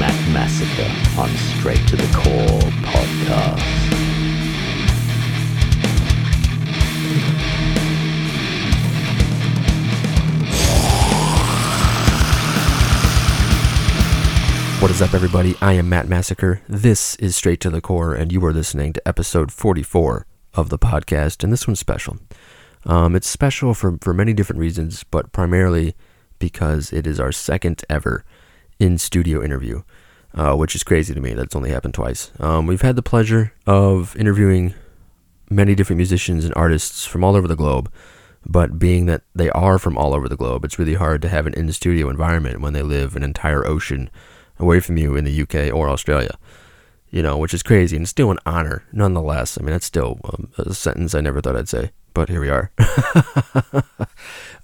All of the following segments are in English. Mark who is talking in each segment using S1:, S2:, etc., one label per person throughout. S1: Massacre on Straight to the Core podcast.
S2: What is up, everybody? I am Matt Massacre. This is Straight to the Core, and you are listening to episode 44 of the podcast, and this one's special. Um, it's special for, for many different reasons, but primarily because it is our second ever in studio interview, uh, which is crazy to me. That's only happened twice. Um, we've had the pleasure of interviewing many different musicians and artists from all over the globe, but being that they are from all over the globe, it's really hard to have an in studio environment when they live an entire ocean away from you in the UK or Australia. You know, which is crazy and still an honor nonetheless. I mean, that's still um, a sentence I never thought I'd say, but here we are.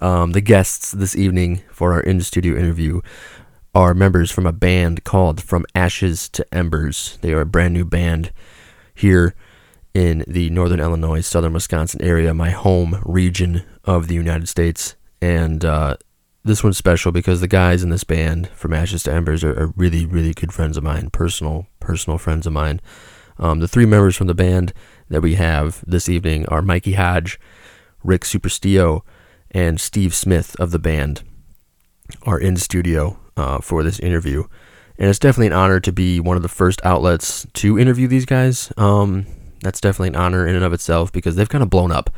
S2: um, the guests this evening for our in studio interview are members from a band called From Ashes to Embers. They are a brand new band here in the northern Illinois, southern Wisconsin area, my home region of the United States. And uh, this one's special because the guys in this band, From Ashes to Embers, are, are really, really good friends of mine, personal, personal friends of mine. Um, the three members from the band that we have this evening are Mikey Hodge, Rick Superstio, and Steve Smith of the band are in studio uh, for this interview. And it's definitely an honor to be one of the first outlets to interview these guys. Um, that's definitely an honor in and of itself because they've kind of blown up.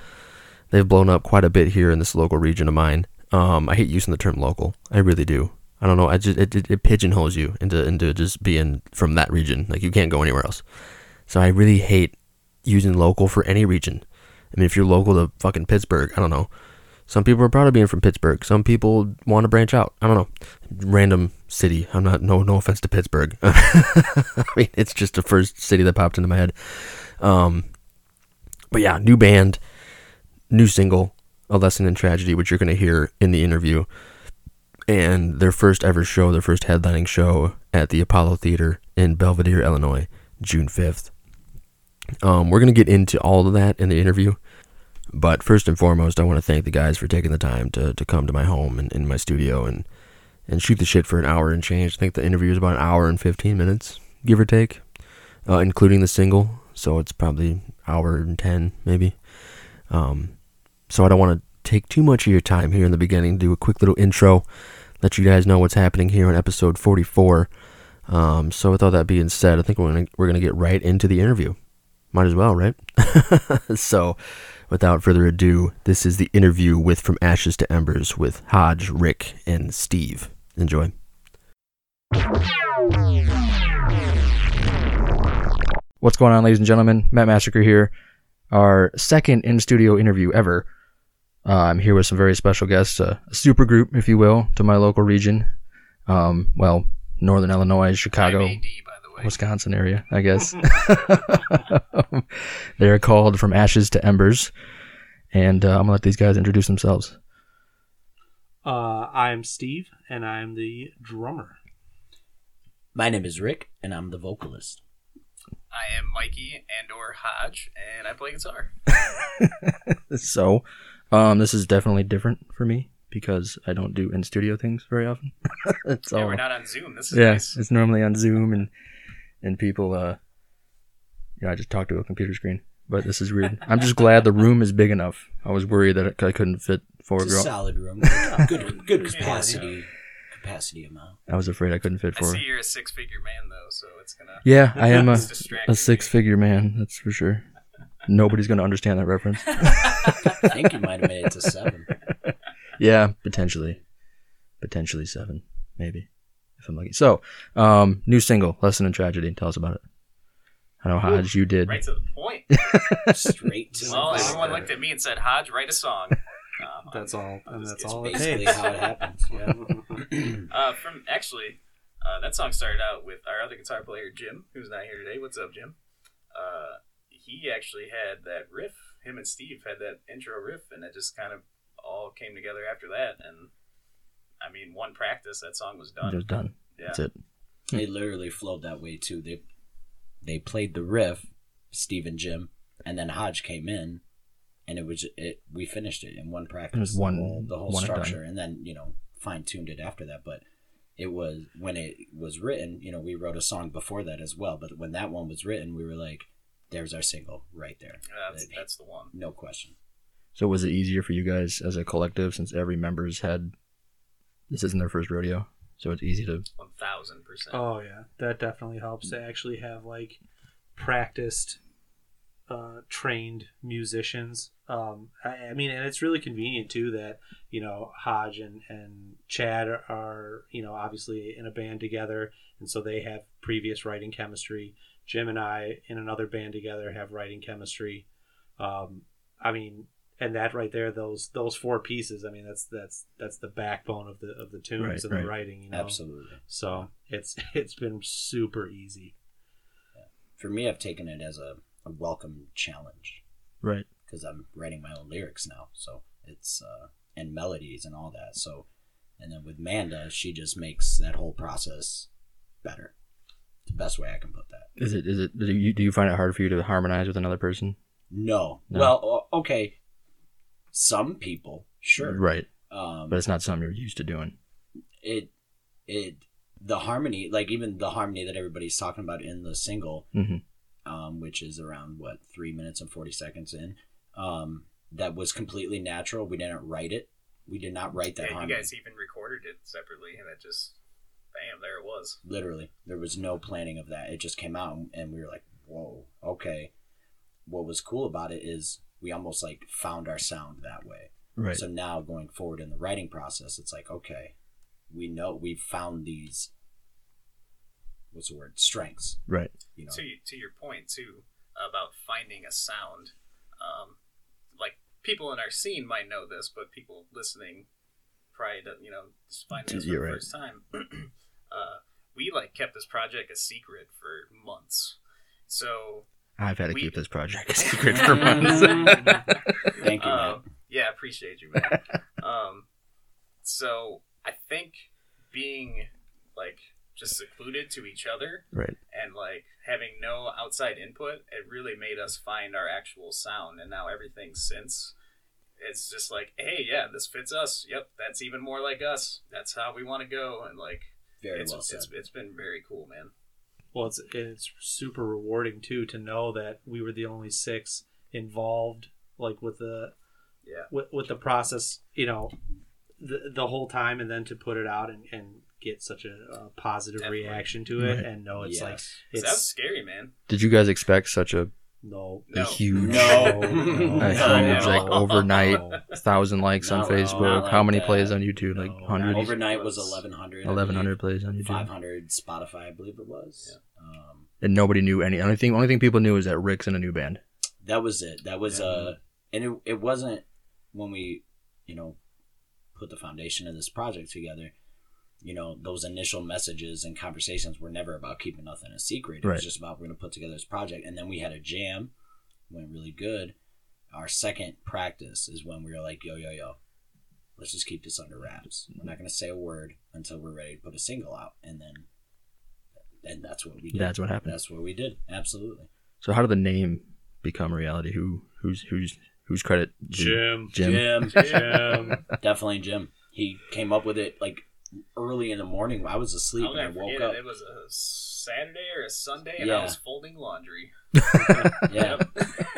S2: They've blown up quite a bit here in this local region of mine. Um, I hate using the term local. I really do. I don't know. I just it, it, it pigeonholes you into into just being from that region. Like you can't go anywhere else. So I really hate using local for any region. I mean, if you're local to fucking Pittsburgh, I don't know. Some people are proud of being from Pittsburgh. Some people want to branch out. I don't know. Random city. I'm not. No. No offense to Pittsburgh. I mean, it's just the first city that popped into my head. Um, but yeah, new band, new single, "A Lesson in Tragedy," which you're gonna hear in the interview, and their first ever show, their first headlining show at the Apollo Theater in Belvedere, Illinois, June 5th. Um, we're gonna get into all of that in the interview. But first and foremost, I want to thank the guys for taking the time to, to come to my home and in my studio and, and shoot the shit for an hour and change. I think the interview is about an hour and 15 minutes, give or take, uh, including the single. So it's probably hour and 10, maybe. Um, so I don't want to take too much of your time here in the beginning. Do a quick little intro, let you guys know what's happening here on episode 44. Um, so with all that being said, I think we're gonna, we're gonna get right into the interview. Might as well, right? so, without further ado, this is the interview with From Ashes to Embers with Hodge, Rick, and Steve. Enjoy.
S3: What's going on, ladies and gentlemen? Matt Massacre here. Our second in studio interview ever. Uh, I'm here with some very special guests, uh, a super group, if you will, to my local region. Um, well, Northern Illinois, Chicago, Wisconsin area, I guess. Um, They're called From Ashes to Embers. And uh, I'm going to let these guys introduce themselves.
S4: Uh, I'm Steve, and I'm the drummer.
S5: My name is Rick, and I'm the vocalist.
S6: I am Mikey and or Hodge, and I play guitar.
S3: So, um, this is definitely different for me because I don't do in studio things very often. it's
S2: Oh.
S6: Yeah,
S3: all,
S6: we're not on Zoom. This is
S3: yeah,
S6: nice.
S3: it's normally on Zoom and and people. Uh, you know, I just talk to a computer screen, but this is weird. I'm just glad the room is big enough. I was worried that I couldn't fit four
S5: It's a
S3: girls.
S5: solid room. Good, good capacity, capacity amount.
S3: I was afraid I couldn't fit
S6: I
S3: four.
S6: see you're a six-figure man though, so it's gonna.
S3: Yeah, I am a,
S6: It's distracting
S3: a
S6: me.
S3: six-figure man. That's for sure. Nobody's gonna understand that reference.
S5: I think you might have made it to seven.
S3: Yeah, potentially, potentially seven, maybe, if I'm lucky. So, um, new single, "Lesson in Tragedy." Tell us about it. I know Hodge, you did.
S6: Right to the point.
S5: Straight to
S6: Well,
S5: the
S6: everyone
S5: record.
S6: looked at me and said, "Hodge, write a song." Um,
S4: That's all, and that's
S5: It's
S4: all it
S5: basically
S4: takes.
S5: how it happens. Yeah.
S6: uh, from actually, uh, that song started out with our other guitar player Jim, who's not here today. What's up, Jim? Uh, he actually had that riff. Him and Steve had that intro riff, and it just kind of all came together after that. And I mean, one practice, that song was
S3: It
S6: done.
S3: was done.
S6: Yeah.
S3: That's it. Hmm.
S5: It literally flowed that way too. They they played the riff, Steve and Jim, and then Hodge came in, and it was it. We finished it in one practice.
S3: one-
S5: the whole, the whole
S3: one and done.
S5: structure, and then you know fine tuned it after that. But it was when it was written, you know, we wrote a song before that as well, but when that one was written, we were like, there's our single right there.
S6: That's,
S5: Like,
S6: that's the one.
S5: no question.
S2: So was it easier for you guys as a collective since every member's had this isn't their first rodeo, so it's easy to
S6: One thousand percent.
S4: Oh yeah, that definitely helps to actually have like practiced, uh, trained musicians. Um, I, I mean, and it's really convenient too that you know Hodge and and Chad are, are you know obviously in a band together, and so they have previous writing chemistry. Jim and I in another band together have writing chemistry. Um, I mean, and that right there, those those four pieces. I mean, that's that's that's the backbone of the of the tunes
S2: Right,
S4: and
S2: right.
S4: the writing. You know,
S5: Absolutely.
S4: so it's it's been super easy.
S5: For me, I've taken it as a, a welcome challenge
S2: Right.
S5: because I'm writing my own lyrics now. So it's, uh, and melodies and all that. So, and then with Manda, she just makes that whole process better. The best way I can put that.
S2: Is it is it do you do you find it hard for you to harmonize with another person?
S5: No.
S2: No.
S5: Well, o- okay. Some people, sure.
S2: Right.
S5: Um,
S2: But it's not something you're used to doing.
S5: it, it, the harmony, like even the harmony that everybody's talking about in the single,
S2: Mm-hmm.
S5: um, which is around what three minutes and forty seconds in, um, that was completely natural. We didn't write it. We did not write that
S6: yeah, you
S5: harmony.
S6: guys even recorded it separately, and it just, bam, there it was.
S5: Literally, there was no planning of that. It just came out, and we were like, "Whoa, okay." What was cool about it is we almost like found our sound that way.
S2: Right.
S5: So now going forward in the writing process, it's like, okay, we know we've found these what's the word? Strengths.
S2: right.
S5: You know.
S6: To to your point too about finding a sound, um, like people in our scene might know this, but people listening probably don't, you know just finding this for
S2: You're
S6: the
S2: right.
S6: first time. uh, we like kept this project a secret for months, so
S2: I've had to
S6: We-
S2: keep this project a secret for months.
S5: Thank you, man.
S6: Um, yeah, I appreciate you, man. um, so I think being like just secluded to each other
S7: Right.
S6: and like having no outside input, it really made us find our actual sound. And now everything since, it's just like, hey, yeah, this fits us. Yep, that's even more like us. That's how we want to go. And like,
S5: Very
S6: it's,
S5: well said.
S6: it's it's been very cool, man.
S4: Well, it's it's super rewarding too to know that we were the only six involved, like with the
S6: Yeah.
S4: with, with the process, you know, the the whole time, and then to put it out and, and get such a, uh positive
S6: Definitely.
S4: reaction to it,
S2: Right.
S4: and no, it's like
S5: Yes.
S6: So That's
S4: it's
S6: scary, man.
S2: Did you guys expect such a,
S4: no,
S2: a
S6: No.
S2: huge
S5: No.
S2: a
S5: No.
S2: huge like overnight thousand likes on
S5: No,
S2: Facebook?
S5: not
S2: How
S5: like
S2: many
S5: that.
S2: plays on YouTube?
S4: No,
S2: like
S4: not
S2: hundreds?
S4: over-
S5: Overnight was eleven hundred.
S2: 1100 plays on YouTube.
S5: Five hundred Spotify, I believe it was. Um,
S2: And nobody knew any. Only thing, only thing people knew is that Rick's in a new band.
S5: that was it. That was uh, and it it wasn't when we, you know, put the foundation of this project together. You know, those initial messages and conversations were never about keeping nothing a secret. It
S2: Right.
S5: was just about we're gonna put together this project, and then we had a jam, went really good. Our second practice is when we were like, yo yo yo, let's just keep this under wraps. We're not gonna say a word until we're ready to put a single out, and then, and that's what we did.
S2: That's what happened.
S5: That's what we did. Absolutely.
S2: So how did the name become reality? Who who's who's whose credit? do-
S4: Jim,
S2: Jim.
S5: Jim.
S4: Jim,
S5: Definitely Jim. He came up with it like early in the morning. I was asleep
S6: I'll
S5: and I
S6: never
S5: woke
S6: Oh, forget
S5: up.
S6: it. It was a Saturday or a Sunday, and I
S5: Yeah.
S6: was folding laundry.
S5: Yeah,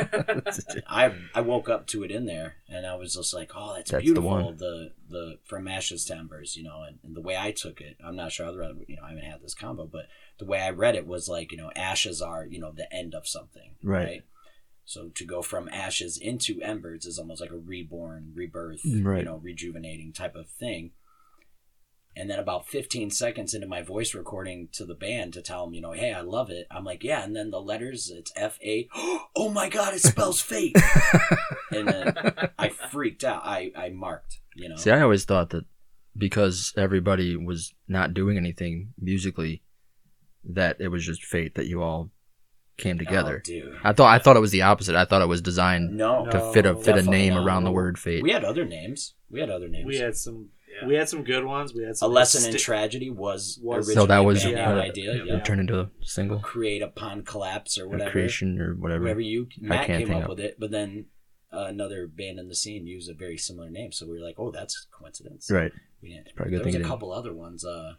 S2: That's-
S5: I I woke up to it in there, and I was just like, "Oh, that's,
S2: That's the
S5: beautiful." The,
S2: one.
S5: the from ashes to embers, you know, and, and the way I took it, I'm not sure. I'd rather, you know, I haven't had this combo, but the way I read it was like, you know, ashes are you know the end of something,
S2: Right.
S5: So to go from ashes into embers is almost like a reborn, rebirth,
S2: Mm, Right.
S5: you know, rejuvenating type of thing. And then about 15 seconds into my voice recording to the band to tell them, you know, hey, I love it. I'm like, yeah. And then the letters, it's F A. Oh my God, it spells fate. and then I freaked out. I, I marked, you know.
S2: See, I always thought that because everybody was not doing anything musically, that it was just fate that you all came
S5: Oh,
S2: together.
S5: dude.
S2: I thought I thought it was the opposite. I thought it was designed
S5: No.
S2: to fit a
S4: No,
S2: fit a
S5: definitely
S2: name
S5: not.
S2: around the word fate.
S5: We had other names. We had other names.
S4: we had some
S6: Yeah.
S4: we had some good ones. We had
S5: a
S4: some
S5: lesson in
S4: sti-
S5: tragedy was,
S4: Was-
S5: originally
S2: so that was
S5: band name
S2: uh,
S5: idea.
S2: it
S5: yeah.
S2: turned into a single
S5: Create upon collapse or
S2: or
S5: whatever.
S2: creation or whatever.
S5: whoever you
S2: I
S5: Matt
S2: can't
S5: came
S2: think
S5: up
S2: of-
S5: with it, but then uh, another band in the scene used a very similar name, so we were like, "Oh, that's coincidence."
S2: Right.
S5: We didn't,
S2: probably a good
S5: there was
S2: thing
S5: a
S2: it
S5: couple other ones. Uh,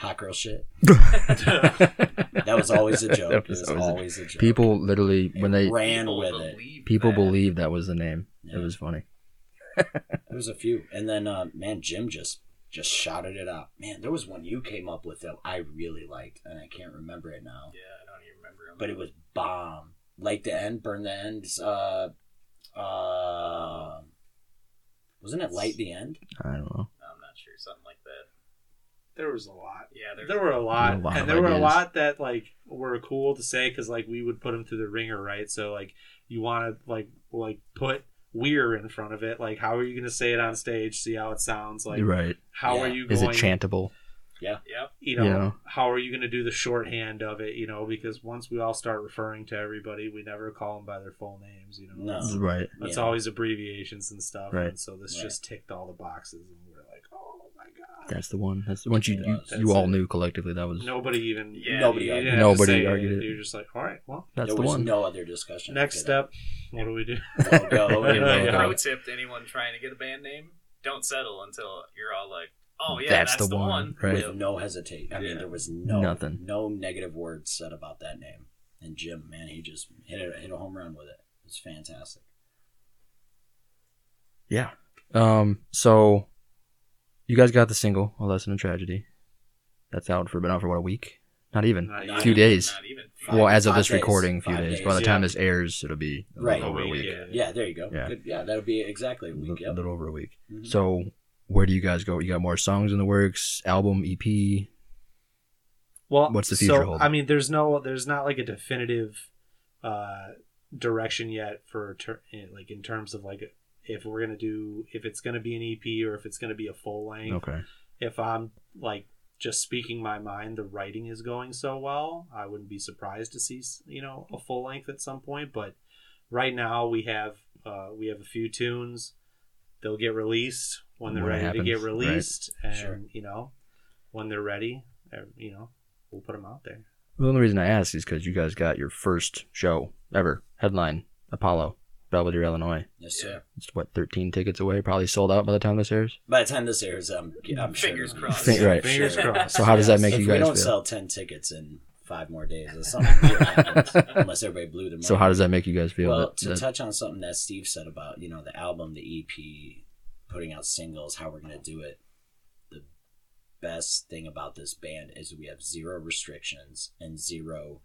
S5: Hot girl shit. That was always a joke.
S2: That
S5: it was
S2: was always a-
S5: always a joke.
S2: People literally when they
S5: ran with it.
S6: believe
S2: people
S6: that.
S2: believed that was the name. It was funny.
S5: There was a few, and then uh, man, Jim just just shouted it out. Man, there was one you came up with that I really liked, and I can't remember it now.
S6: Yeah, I don't even remember.
S5: But it was bomb. Light the end, burn the ends. Uh, uh, wasn't it light the end?
S2: I don't know.
S6: I'm not sure. Something like that.
S4: There was a lot.
S6: Yeah, there,
S4: There were a lot,
S2: A lot of
S4: and there were a
S2: ideas.
S4: lot that like were cool to say because like we would put them through the ringer, right? So like you want to like like put weir in front of it. Like how are you going to say it on stage? See how it sounds. Like
S2: You're right.
S4: how are
S5: Yeah.
S4: you
S2: Is it
S4: going?
S2: chantable?
S6: Yep.
S4: you know
S2: Yeah.
S4: how are you going to do the shorthand of it? You know because once we all start referring to everybody, we never call them by their full names. You know
S5: No.
S4: It's-
S2: Right.
S4: It's
S5: Yeah.
S4: always abbreviations and stuff.
S2: Mm. Right.
S4: And so this
S5: Right.
S4: just ticked all the boxes, and we were like, oh my god.
S2: That's the one. That's the once you you,
S4: That's
S2: you all
S4: it.
S2: knew collectively that was
S4: Nobody even
S6: Yeah,
S5: Nobody
S4: you didn't
S5: argued.
S4: have to
S2: Mm. Nobody
S4: say
S2: argued it.
S4: You're just like, all right, well,
S2: that's
S5: there
S2: the
S5: was
S2: one.
S5: no other discussion.
S4: next step,
S5: after
S4: what do we do?
S5: that. No go.
S4: Yeah,
S5: no
S4: yeah.
S5: go.
S6: Pro tip to anyone trying to get a band name: don't settle until you're all like, "Oh yeah,
S2: That's
S6: that's,
S2: the
S6: the,
S2: one."
S6: one."
S2: Right.
S5: with no hesitate. I mean,
S6: Yeah.
S5: there was no
S2: Nothing.
S5: no negative words said about that name. And Jim, man, he just hit a hit a home run with it. It was fantastic.
S2: Yeah. Um. So, you guys got the single "A Lesson in Tragedy." That's out for been out for what a week? Not even.
S4: Not
S6: Not
S2: Two
S6: even-
S2: days.
S6: Not even.
S2: well, as of
S5: Five
S2: this
S5: days.
S2: recording, a few
S5: Five
S2: days.
S5: days,
S2: By the
S4: yeah.
S2: time this airs, it'll be a
S5: Right.
S2: little over a week.
S5: Yeah, there you go.
S2: Yeah.
S5: Good. yeah that'll be exactly a week.
S2: A
S5: Yep.
S2: little over a week.
S5: Mhm.
S2: So, where do you guys go? You got more songs in the works, album, E EP.
S4: Well,
S2: What's the future
S4: so,
S2: hold?
S4: I mean, there's no, there's not like a definitive uh, direction yet for ter- eh, like in terms of like if we're gonna do if it's gonna be an EP or if it's gonna be a full length.
S2: Okay.
S4: If I'm like just speaking my mind, the writing is going so well, I wouldn't be surprised to see s- you know a full length at some point. But right now we have uh, we have a few tunes. They'll get released when they're
S2: When it
S4: ready to get
S2: happens, right.
S4: released, and
S5: Sure.
S4: you know when they're ready, eh, you know we'll put them out there.
S2: Well, the only reason I ask is because you guys got your first show ever headline Apollo, Belvedere, Illinois.
S5: Yes, sir.
S2: It's what thirteen tickets away. Probably sold out by the time this airs.
S5: By the time this airs, I'm I'm sure.
S6: Fingers crossed.
S2: Think- right.
S4: Fingers
S5: Sure.
S4: crossed.
S2: So how does that make
S5: if
S2: you
S5: we
S2: guys
S5: don't
S2: feel?
S5: sell ten tickets in five more days, or something weird happens, unless everybody blew their money.
S2: so how does that make you guys feel?
S5: well,
S2: that-
S5: to
S2: that-
S5: touch on something that Steve said about you know the album, the EP, putting out singles, how we're gonna do it. The best thing about this band is we have zero restrictions and zero.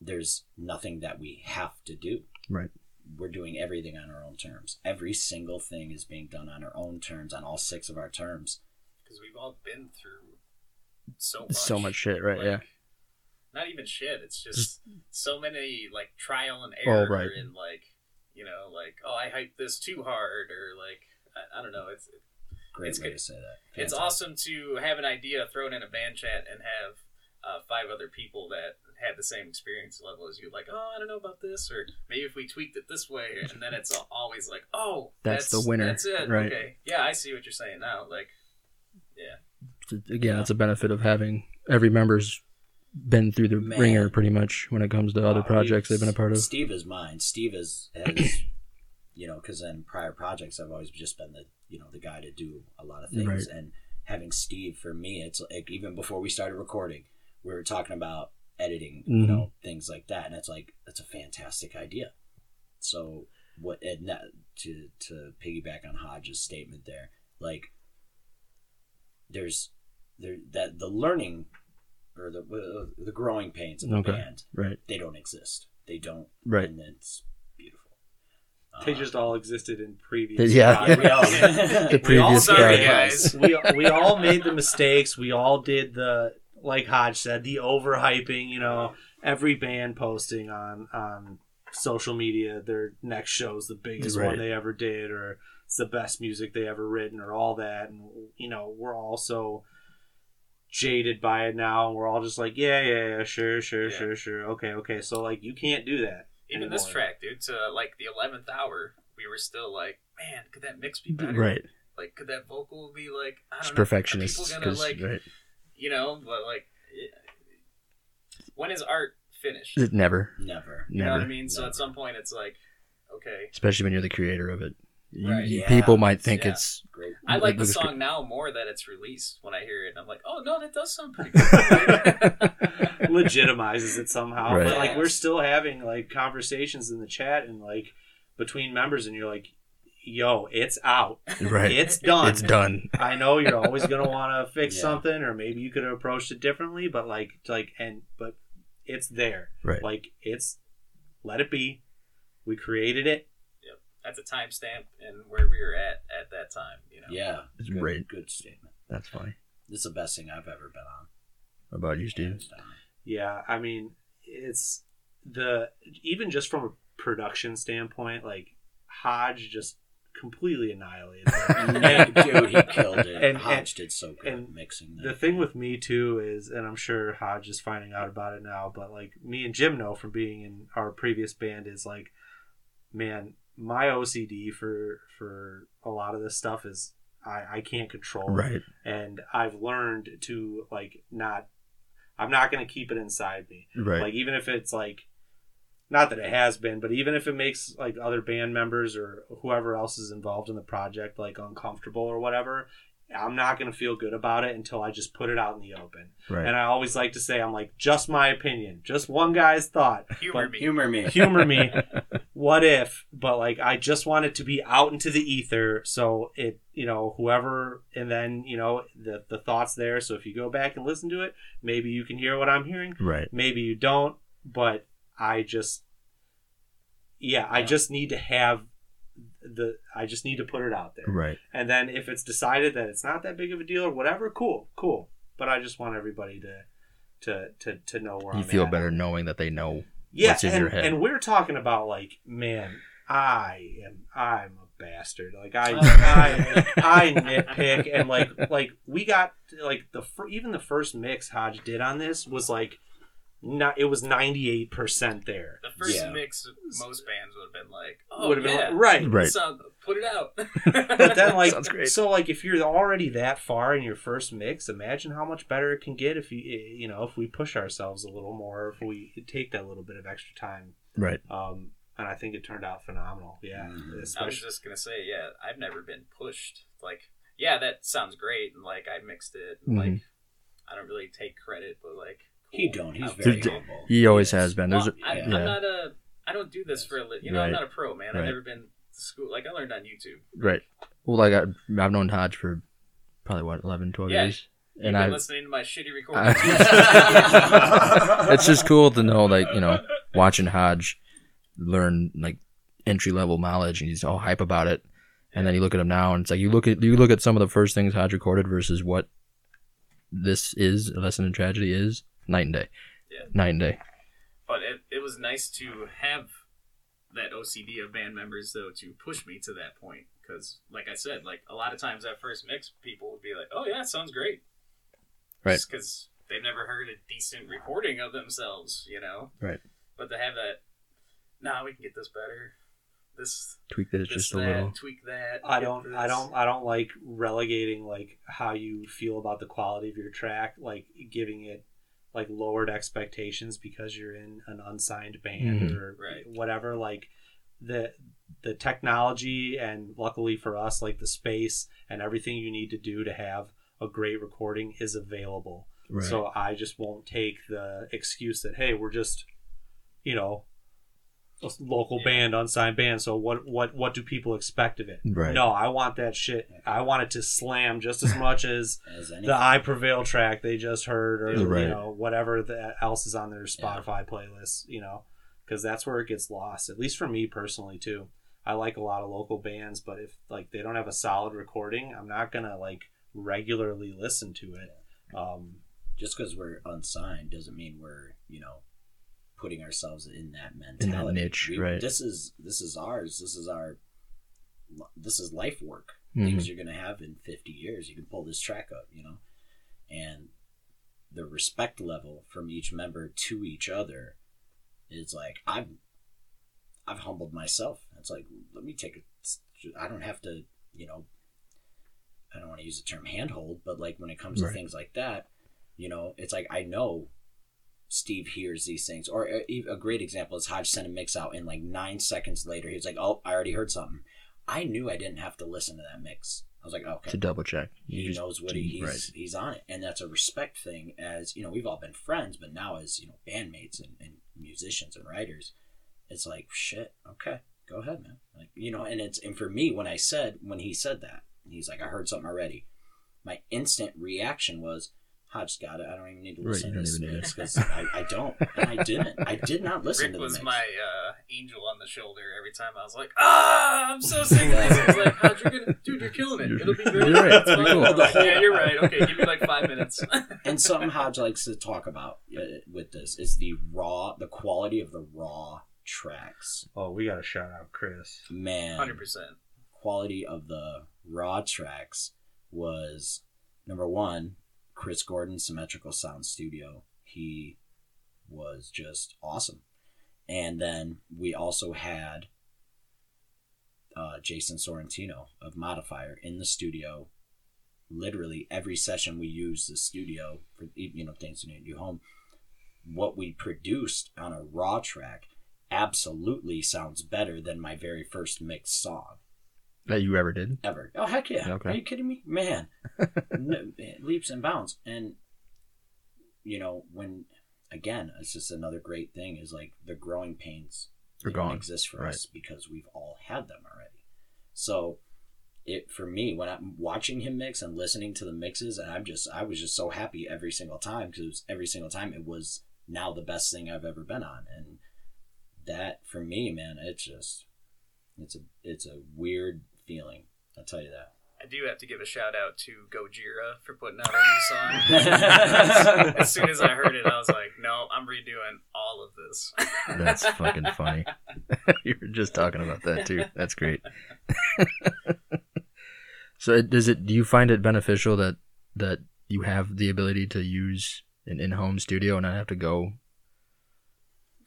S5: There's nothing that we have to do.
S2: Right.
S5: We're doing everything on our own terms. Every single thing is being done on our own terms, on all six of our terms.
S6: Because we've all been through so much.
S2: So much shit, right, yeah.
S6: Not even shit. It's just so many like trial and error,
S2: right.
S6: and like you know, like oh, I hyped this too hard, or like I, I don't know. It's
S5: Great
S6: It's
S5: way
S6: good.
S5: to say that.
S6: it's awesome to have an idea thrown in a band chat and have uh, five other people that had the same experience level as you like oh i don't know about this or maybe if we tweaked it this way and then it's always like oh
S2: That's the winner,
S6: that's it
S2: right.
S6: okay yeah i see what you're saying now like yeah
S2: again, that's a benefit of having every member's been through the
S5: Man.
S2: ringer pretty much when it comes to other
S4: Wow,
S2: projects
S4: dude.
S2: they've been a part of.
S5: Steve is mine. Steve is has, you know, because in prior projects I've always just been the you know the guy to do a lot of things,
S2: Right.
S5: and having Steve for me, it's like even before we started recording, we were talking about editing, you
S2: Mhm.
S5: know, things like that, and it's like that's a fantastic idea. So what and that, to to piggyback on Hodge's statement there, like there's there that the learning or the uh, the growing pains of the
S2: Okay.
S5: band
S2: Right,
S5: they don't exist. They don't.
S2: Right.
S5: And it's beautiful.
S4: They
S5: Uh,
S4: just all existed in
S2: They-
S4: previous.
S2: yeah.
S5: yeah, we all-
S2: the
S4: We all
S2: previous
S4: started
S6: sorry
S2: guy.
S5: yeah.
S6: guys
S4: we we all made the mistakes. We all did the like Hodge said the overhyping. You know, every band posting on on social media their next show's the biggest
S2: Right.
S4: one they ever did, or it's the best music they ever written, or all that. And you know, we're all so jaded by it now and we're all just like yeah yeah yeah sure sure
S6: Yeah.
S4: sure sure okay okay so like you can't do that
S6: even
S4: anymore.
S6: this track dude to like the 11th hour we were still like man could that mix be better
S2: right.
S6: like could that vocal be like i don't
S2: It's
S6: know, are
S2: perfectionists,
S6: people gonna,
S2: 'cause,
S6: like
S2: right,
S6: you know but like it- when is art finished
S2: it never,
S5: Never.
S6: You know what I
S2: never, Mm,
S6: mean? So
S5: Never.
S6: at some point, it's like, okay,
S2: especially when you're the creator of it. You-
S6: Right.
S2: you-
S5: Yeah.
S2: People might think
S6: Yeah.
S2: it's
S5: Great.
S6: I like the
S3: Lucas Cre-
S6: song now more that it's released when I hear it. I'm like, oh no, that does sound pretty good.
S4: legitimizes it somehow.
S2: Right.
S4: But like we're still having like conversations in the chat and like between members, and you're like, "Yo, it's out.
S2: Right.
S4: It's done.
S2: It's done.
S4: I know you're always gonna want to fix
S5: Yeah.
S4: something, or maybe you could have approached it differently. But like, like, and but it's there.
S2: Right.
S4: Like it's let it be. We created it.
S6: That's a timestamp and where we were at at that time. You know.
S5: Yeah.
S2: It's
S5: good,
S2: great.
S5: Good statement.
S2: That's funny.
S5: This is the best thing I've ever been on.
S2: How about you, Steve?
S5: hands down.
S4: Yeah, I mean, it's the even just from a production standpoint, like Hodge just completely annihilated. it. And-
S5: Dude, he killed it.
S4: And-
S5: Hodge did so good
S4: and
S5: mixing that.
S4: the thing with me too is and i'm sure hodge is finding out about it now but like me and jim know from being in our previous band is like man my ocd for for a lot of this stuff is i i can't control it.
S2: Right.
S4: and i've learned to like not i'm not going to keep it inside me
S2: Right.
S4: like even if it's like not that it has been but even if it makes like other band members or whoever else is involved in the project like uncomfortable or whatever i'm not going to feel good about it until i just put it out in the open
S2: right.
S4: and i always like to say i'm like just my opinion just one guy's thought
S6: Humor
S4: But-
S6: me.
S5: humor me.
S4: humor me what if but like i just want it to be out into the ether so it you know whoever and then you know the the thoughts there so if you go back and listen to it maybe you can hear what i'm hearing
S2: right.
S4: maybe you don't but i just yeah i
S5: Yeah.
S4: just need to have the i just need to put it out there
S2: Right.
S4: and then if it's decided that it's not that big of a deal or whatever cool cool but i just want everybody to to to, to know where
S2: You
S4: I'm
S2: feel
S4: at.
S2: better knowing that they know.
S4: yeah
S2: what's in
S4: and,
S2: your head.
S4: and we're talking about like man i am i'm a bastard like i
S6: Oh.
S4: i I nitpick and like like we got like the fir- even the first mix Hodge did on this was like not it was 98% there.
S6: The first
S5: Yeah.
S6: mix of most bands would have been like, oh
S4: Would've been
S6: yeah,
S4: like- right.
S2: Right.
S6: sound- put it out.
S4: But then
S2: Sounds
S4: like
S2: great.
S4: so like if you're already that far in your first mix, imagine how much better it can get if you eh, you know if we push ourselves a little more, if we take that little bit of extra time.
S2: Right.
S4: Um and I think it turned out phenomenal. Yeah.
S5: Mhm.
S6: I was
S4: Especially
S6: just gonna say, yeah, I've never been pushed. Like, yeah, that sounds great, and like I mixed it. And, Like, I don't really take credit, but like
S5: He
S6: cool.
S5: don't. He's
S6: I'm
S5: very
S2: Dude,
S5: humble.
S2: He always
S6: Yes.
S2: has been. There's.
S6: Well, I,
S5: yeah.
S6: I'm not a. I don't do this for a living. You know, I'm
S2: Right.
S6: not a pro, man.
S2: Right.
S6: I've never been to school. Like I learned on YouTube.
S2: right. Well, like I, I've known Hodge for probably what 11, 12
S6: Yeah.
S2: years,
S6: You've
S2: and
S6: been
S2: I.
S6: listening to my shitty recordings.
S2: I- it's just cool to know, like you know, watching Hodge learn like entry level knowledge, and he's all hype about it. And then you look at him now, and it's like you look at you look at some of the first things Hodge recorded versus what this is. A lesson in tragedy is night and day.
S6: Yeah.
S2: Night and day.
S6: but it, it was nice to have that OCD of band members though to push me to that point because like I said like a lot of times at first mix people would be like oh yeah it sounds great
S2: Right.
S6: because they've never heard a decent recording of themselves you know
S2: Right.
S6: but to have that nah we can get this better this
S2: Tweak this
S6: this
S2: just a
S6: that
S2: little.
S6: tweak that
S4: I
S6: get
S4: don't I
S6: this."
S4: don't I don't like relegating like how you feel about the quality of your track, like giving it like lowered expectations because you're in an unsigned band
S2: Mhm.
S4: or
S6: Right.
S4: whatever like the the technology and luckily for us like the space and everything you need to do to have a great recording is available.
S2: Right.
S4: So I just won't take the excuse that hey, we're just, you know, a s- local
S6: Yeah.
S4: band, unsigned band. So what what what do people expect of it?
S2: Right.
S4: No, I want that shit. I want it to slam just as much as
S5: As any
S4: the I Prevail track they just heard, or
S2: Right.
S4: you know whatever the, else is on their Spotify playlist. You know, because that's where it gets lost. At least for me personally, too. I like a lot of local bands, but if like they don't have a solid recording, I'm not gonna like regularly listen to it. Um,
S5: just because we're unsigned doesn't mean we're you know putting ourselves in that
S2: that
S5: mentality
S2: niche,
S5: We-
S2: right.
S5: this is this is ours this is our this is life work
S2: Mhm.
S5: things you're gonna have in 50 years you can pull this track up you know and the respect level from each member to each other is like i've i've humbled myself it's like let me take a i don't have to you know i don't want to use the term handhold but like when it comes
S2: Right.
S5: to things like that you know it's like i know steve hears these things or a, a great example is hodge sent a mix out and like nine seconds later he was like oh i already heard something i knew i didn't have to listen to that mix I was like, okay,
S2: to double check. You
S5: he
S2: just-
S5: knows what he, he's
S2: right.
S5: he's on it, and that's a respect thing. As you know, we've all been friends, but now as you know, bandmates and, and musicians and writers, it's like shit. Okay, go ahead, man. Like you know, and it's and for me when I said when he said that, and he's like, I heard something already. My instant reaction was, Hodge got it. I don't even need to
S2: Right, you
S5: listen to
S2: don't
S5: this
S2: even need
S5: mix because I, I don't, and I didn't. I did not listen
S6: Rick
S5: to the
S6: was
S5: mix.
S6: my uh, angel on the shoulder every time. I was like, ah, I'm so sick of this. He's like, How'd you gonna, dude, you're killing it. It'll be great.
S2: You're right.
S6: It's fine."
S2: Cool.
S6: I'm like, yeah, you're right. Okay, give me like five minutes.
S5: and something Hodge likes to talk about uh, with this is the raw, the quality of the raw tracks.
S4: Oh, we got to shout out Chris.
S5: Man,
S6: Hundred percent.
S5: quality of the raw tracks was number one, Chris Gordon Symmetrical Sound Studio. He was just awesome. And then we also had uh, Jason Sorrentino of Modifier in the studio. Literally every session we used the studio for you know things we didn't do home. What we produced on a raw track absolutely sounds better than my very first mixed song
S2: That you ever did?
S5: ever. Oh heck yeah!
S2: Okay.
S5: Are you kidding me, man? no, leaps and bounds, and you know when again, it's just another great thing is like the growing pains
S2: They're
S5: they don't
S2: gone.
S5: exist for
S2: Right.
S5: us because we've all had them already. So it for me when I'm watching him mix and listening to the mixes, and I'm just I was just so happy every single time because every single time it was now the best thing I've ever been on, and that for me, man, it's just it's a it's a weird feeling. I'll tell you that.
S6: I do have to give a shout out to Gojira for putting out a new song. as soon as I heard it, I was like, no, I'm redoing all of this.
S2: That's fucking funny. you were just talking about that too. That's great. so it, does it? Do you find it beneficial that that you have the ability to use an in-home studio and not have to go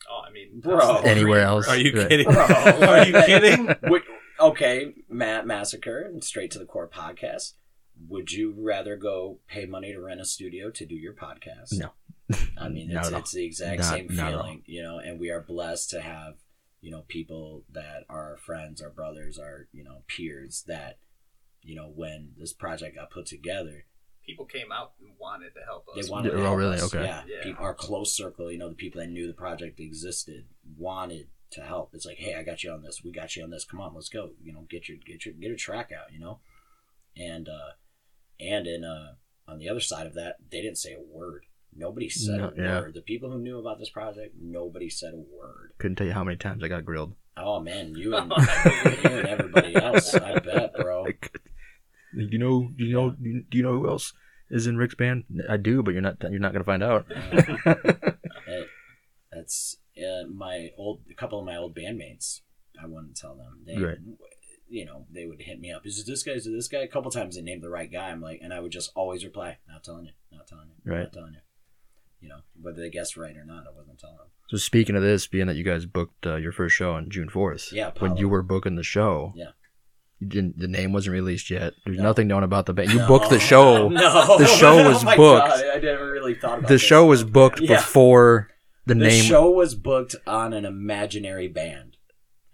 S6: Oh, I mean,
S5: Bro.
S6: that's the
S2: anywhere
S6: dream,
S2: else?
S6: bro.
S4: Are you
S2: Right.
S4: kidding?
S5: Bro.
S4: Are you kidding?
S5: Would, okay, Matt Massacre and Straight to the Core podcast. Would you rather go pay money to rent a studio to do your podcast?
S2: No.
S5: I mean,
S2: Not
S5: it's,
S2: at all.
S5: it's the exact
S2: Not-
S5: same
S2: not at all.
S5: feeling, you know, and we are blessed to have, you know, people that are our friends, our brothers, our, you know, peers that, you know, when this project got put together,
S6: People came out and wanted to help us.
S5: they wanted
S2: Yeah,
S5: to
S2: oh,
S5: help
S2: really?
S5: us.
S2: Okay.
S5: Yeah.
S6: Yeah.
S5: Peop- our close circle, you know, the people that knew the project existed wanted to help. It's like, hey, I got you on this. We got you on this. Come on, let's go. You know, get your get your get a track out. You know, and uh, and in uh, on the other side of that, they didn't say a word. Nobody said
S2: No,
S5: a
S2: yeah.
S5: word. The people who knew about this project, nobody said a word.
S2: Couldn't tell you how many times I got grilled.
S5: Oh man, you and, you and everybody else, I bet, bro.
S2: Like, you know, you know, do you know who else is in Rick's band? I do, but you're not. You're not gonna find out.
S5: Hey, that's uh, my old a couple of my old bandmates. I wouldn't tell them. They,
S2: Right.
S5: You know, they would hit me up. Is it this guy? Is it this guy? A couple times they named the right guy. I'm like, and I would just always reply, not telling you, not telling you,
S2: Right.
S5: not telling you. You know, whether they guessed right or not, I wasn't telling them.
S2: So speaking of this, being that you guys booked uh, your first show on June fourth,
S5: Yeah,
S2: when
S5: Apollo.
S2: you were booking the show,
S5: Yeah.
S2: you didn't, the name wasn't released yet. There's
S5: No.
S2: nothing known about the band. You
S5: No.
S2: booked the show.
S5: No, Oh
S2: The show was
S5: my
S2: booked.
S5: God, I never really thought about
S2: The
S5: this.
S2: show was booked
S5: Yeah.
S2: before the,
S5: The
S2: name.
S5: show was booked on an imaginary band.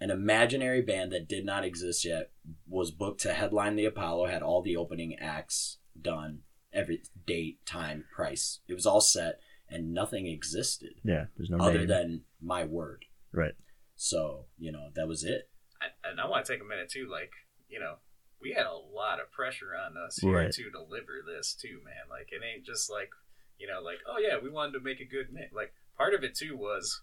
S5: An imaginary band that did not exist yet was booked to headline the Apollo, had all the opening acts done, every date, time, price. It was all set and nothing existed
S2: Yeah, there's no
S5: other
S2: name.
S5: than my word.
S2: right.
S5: So, you know, that was it.
S6: I, and I want to take a minute too, like you know, we had a lot of pressure on us here
S2: Right.
S6: to deliver this too, man. Like it ain't just like you know, like oh yeah, we wanted to make a good mix. Like part of it too was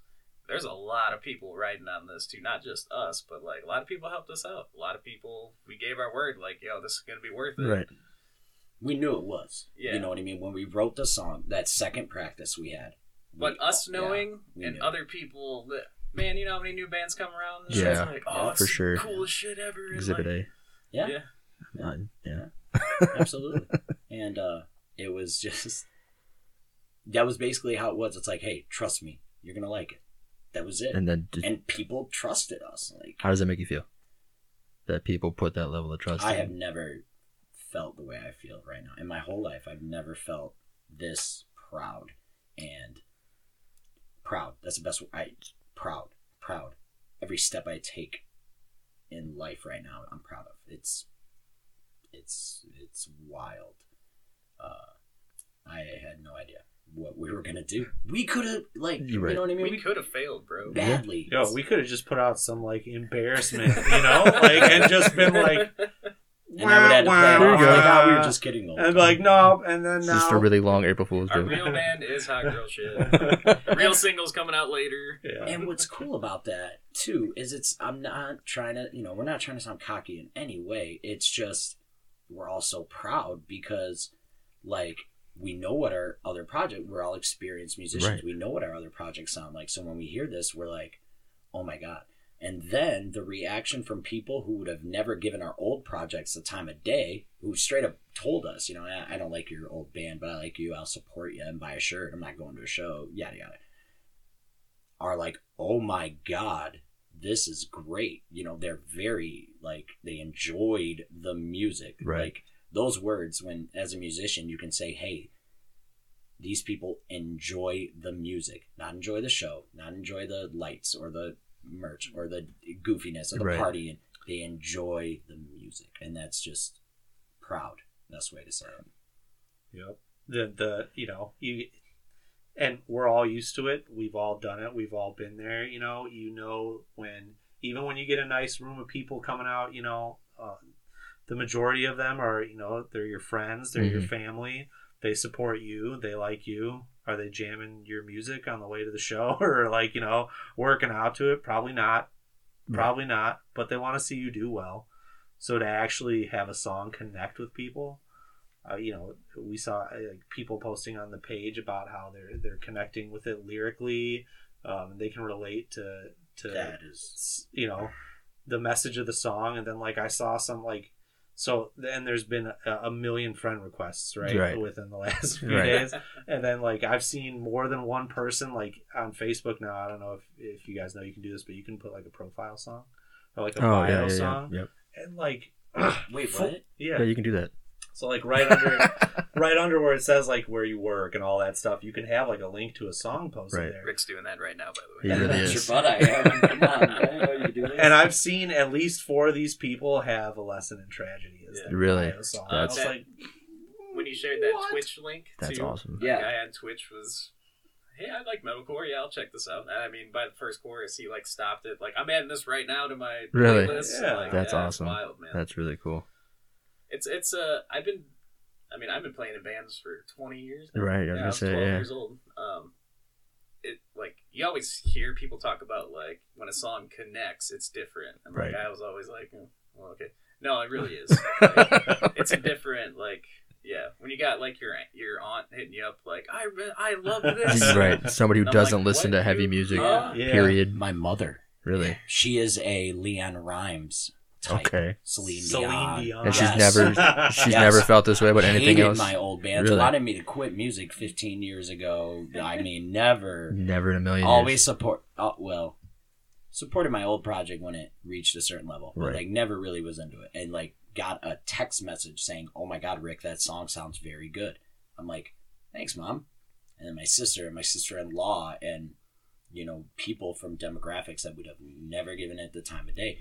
S6: there's a lot of people riding on this too, not just us, but like a lot of people helped us out. A lot of people we gave our word, like yo, this is gonna be worth it.
S2: Right.
S5: We knew it was.
S6: Yeah.
S5: You know what I mean? When we wrote the song, that second practice we had.
S6: But
S5: we-
S6: us
S5: yeah,
S6: knowing
S5: we
S6: and
S5: knew.
S6: other people, that, man, you know how many new bands come around? It's
S2: Yeah.
S6: like, oh,
S5: Yeah,
S6: it's
S2: for
S6: the
S2: sure.
S6: Coolest shit ever. and,
S2: Exhibit
S6: like,
S2: A.
S5: Yeah.
S6: yeah.
S2: Uh, yeah.
S5: absolutely and uh it was just that was basically how it was it's like hey trust me you're gonna like it that was it and,
S2: And then, did-
S5: people trusted us like
S2: how does that make you feel? That people put that level of trust.
S5: i
S2: in?
S5: have never felt the way i feel right now in my whole life i've never felt this proud and proud that's the best word i proud proud every step i take in life right now i'm proud of it's it's it's wild. Uh, I had no idea what we were gonna do. We could have like
S2: You're
S5: you
S2: right.
S5: know what I mean.
S6: We could have failed, bro.
S5: badly.
S4: Yo, we could have just put out some like embarrassment, you know, like and just been like,
S5: and I would have to play it
S4: There you
S5: off
S4: go.
S5: like, "Ah, we were just kidding. the whole
S4: and be
S5: time."
S4: like, no, and then
S3: It's
S4: now.
S3: just a really long April Fool's
S6: Our
S3: joke.
S6: real band is hot girl shit. Real singles coming out later.
S4: yeah.
S5: And what's cool about that too is it's I'm not trying to you know we're not trying to sound cocky in any way. It's just we're all so proud because like we know what our other project we're all experienced musicians.
S2: Right.
S5: We know what our other projects sound like. So when we hear this, we're like, oh my god. And then the reaction from people who would have never given our old projects the time of day, who straight up told us, you know, I, I don't like your old band, but I like you. I'll support you and buy a shirt. I'm not going to a show. Yada yada are like, oh my God, this is great. You know, they're very like they enjoyed the music.
S2: Right.
S5: Like those words when as a musician you can say, Hey, these people enjoy the music, not enjoy the show, not enjoy the lights or the merch or the goofiness of the
S2: Right.
S5: party and they enjoy the music. And that's just proud. That's the way to say it.
S4: Yep. The the you know you, and we're all used to it. We've all done it. We've all been there. You know. You know when even when you get a nice room of people coming out, you know, uh, the majority of them are you know they're your friends, they're your
S3: Mhm.
S4: family. They support you. They like you. Are they jamming your music on the way to the show or like you know working out to it? Probably not. Probably not. But they want to see you do well. So to actually have a song connect with people, uh, you know, we saw uh, like, people posting on the page about how they're they're connecting with it lyrically. Um, they can relate to to
S5: That is
S4: s- you know the message of the song, and then like I saw some like so and there's been a, a million friend requests right,
S2: Right.
S4: within the last few
S2: Right.
S4: days, and then like I've seen more than one person like on Facebook now. I don't know if if you guys know you can do this, but you can put like a profile song or like a
S2: Oh
S4: bio
S2: yeah, yeah, yeah,
S4: song,
S2: yeah.
S4: and like
S5: Wait, what?
S2: Yeah, you can do that.
S4: so like right under right under where it says like where you work and all that stuff, you can have like a link to a song posted
S2: Right.
S4: there.
S6: Rick's doing that right now, by the
S2: He
S6: way.
S2: really
S5: That's
S2: is.
S5: your butt I am. Come on, I know you do this.
S4: And I've seen at least four of these people have a lesson in tragedy. Is
S6: Yeah.
S4: their
S2: Really?
S4: bio song. I
S6: That's-
S4: was like,
S6: When you shared that
S4: What?
S6: Twitch link,
S2: That's
S6: too,
S2: awesome.
S6: The
S5: Yeah.
S6: guy on Twitch was, hey, I like metalcore. Yeah, I'll check this out. And I mean, by the first chorus, he like stopped it. Like, I'm adding this right now to my
S2: Really?
S6: playlist.
S4: Yeah.
S6: Like,
S2: That's
S6: yeah,
S2: awesome.
S6: It's wild, man.
S2: That's really cool.
S6: It's it's uh, I've been, I mean, I've been playing in bands for 20 years. now.
S2: Right, I was
S6: Yeah,
S2: gonna
S6: I was
S2: say,
S6: 12
S2: yeah.
S6: years old. Um, it like you always hear people talk about like when a song connects, it's different. And
S2: Right.
S6: like I was always like, "Oh, well, okay, no, it really is. Like, it's a different like. Yeah, when you got like your your aunt hitting you up like I re- I love this.
S2: right, somebody who
S6: I'm
S2: doesn't
S6: like,
S2: listen
S6: what
S2: to heavy
S6: you-
S2: music.
S6: Huh?
S4: Yeah.
S2: Period.
S5: my mother.
S2: Really.
S5: She is a Leon Rhymes type.
S2: Okay.
S5: Celine,
S4: Celine
S5: Dion.
S4: Dion.
S2: And she's
S5: Yes.
S2: never she's
S5: Yes.
S2: never felt this way about anything
S5: Hated
S2: else.
S5: My old bands
S2: Really?
S5: wanted me to quit music 15 years ago. I mean, never.
S2: Never in a million.
S5: Always support. Oh, well, supported my old project when it reached a certain level. But,
S2: Right.
S5: Like, never really was into it, and like got a text message saying, "Oh my God, Rick, that song sounds very good." I'm like, "Thanks, mom." And then my sister and my sister-in-law and you know people from demographics that would have never given it the time of day.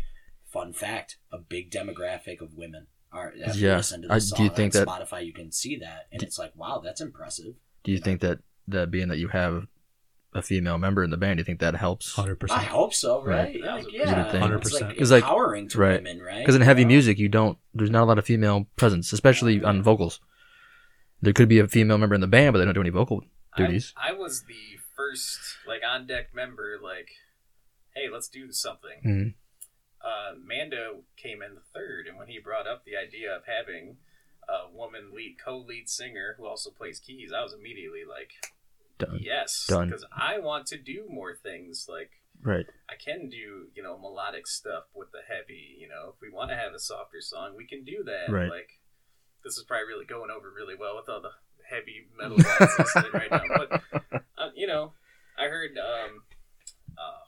S5: Fun fact: a big demographic of women are. Have
S2: Yeah.
S5: listened to
S2: I-
S5: the
S2: do
S5: song
S2: you think
S5: on
S2: that-
S5: Spotify? You can see that, and it's like, wow, that's impressive.
S2: Do you think that that being that you have a female member in the band, do you think that helps?
S8: Hundred
S5: I
S8: percent.
S5: hope so, right?
S6: Right.
S5: Like,
S6: You would
S5: yeah,
S2: think.
S5: It's
S8: 100%.
S5: like
S2: 'Cause, like-
S5: empowering to
S2: right.
S5: women, right?
S2: Because in heavy music, you don't. There's not a lot of female presence, especially on vocals. There could be a female member in the band, but they don't do any vocal duties.
S6: I, I was the first like on deck member. Like, hey, let's do something.
S2: Mhm.
S6: uh, Mando came in third, and when he brought up the idea of having a woman lead co-lead singer who also plays keys, I was immediately like,
S2: Done.
S6: yes,
S2: Done.
S6: because I want to do more things. Like
S2: Right.
S6: I can do, you know, melodic stuff with the heavy. You know, if we want to have a softer song, we can do that.
S2: Right.
S6: Like this is probably really going over really well with all the heavy metal guys listening right now. But uh, you know, I heard um, uh,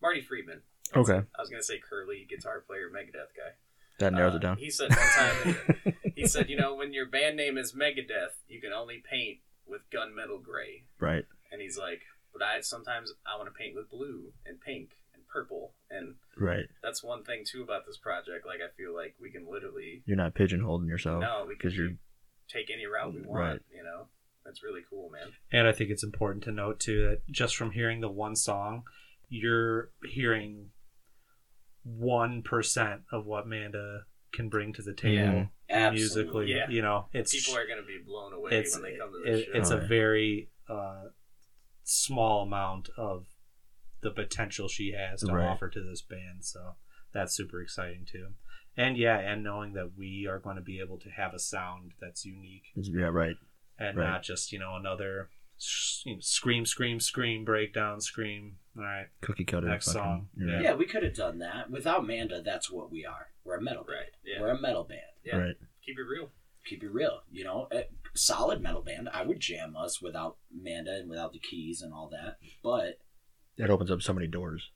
S6: Marty Friedman.
S2: Okay.
S6: I was gonna say curly guitar player Megadeth guy.
S2: That narrows
S6: Uh,
S2: it down.
S6: He said one time, he said, you know, when your band name is Megadeth, you can only paint with gunmetal gray.
S2: Right.
S6: And he's like, but I sometimes I want to paint with blue and pink and purple, and
S3: Right.
S6: that's one thing too about this project. Like I feel like we can literally
S3: You're not pigeonholing yourself.
S6: no, we can
S3: Oh, 'cause you're-
S6: take any route we want.
S3: Right.
S6: You know, that's really cool, man.
S4: And I think it's important to note too that just from hearing the one song, you're hearing one percent of what Manda can bring to the table musically.
S5: Absolutely.
S6: Yeah.
S4: You know, it's
S6: People are gonna be blown away
S4: it's
S6: when they come to this
S4: it,
S6: show.
S4: it's
S3: Oh,
S4: a
S3: yeah.
S4: very uh, small amount of the potential she has to
S3: Right.
S4: offer to this band. So that's super exciting too. And yeah, and knowing that we are going to be able to have a sound that's unique
S3: Yeah, right.
S4: and
S3: Right.
S4: not just you know another s- you know, scream, scream, scream, breakdown, scream. All right,
S3: Cookie cutter.
S4: Next
S3: fucking,
S4: song.
S3: you're
S5: Yeah, we could have done that. Without Manda, that's what we are. We're a metal band.
S6: Right, yeah.
S5: We're a metal band.
S6: yeah.
S3: Right.
S6: Keep it real.
S5: Keep it real, you know? A solid metal band. I would jam us without Manda and without the keys and all that. But
S3: That opens up so many doors.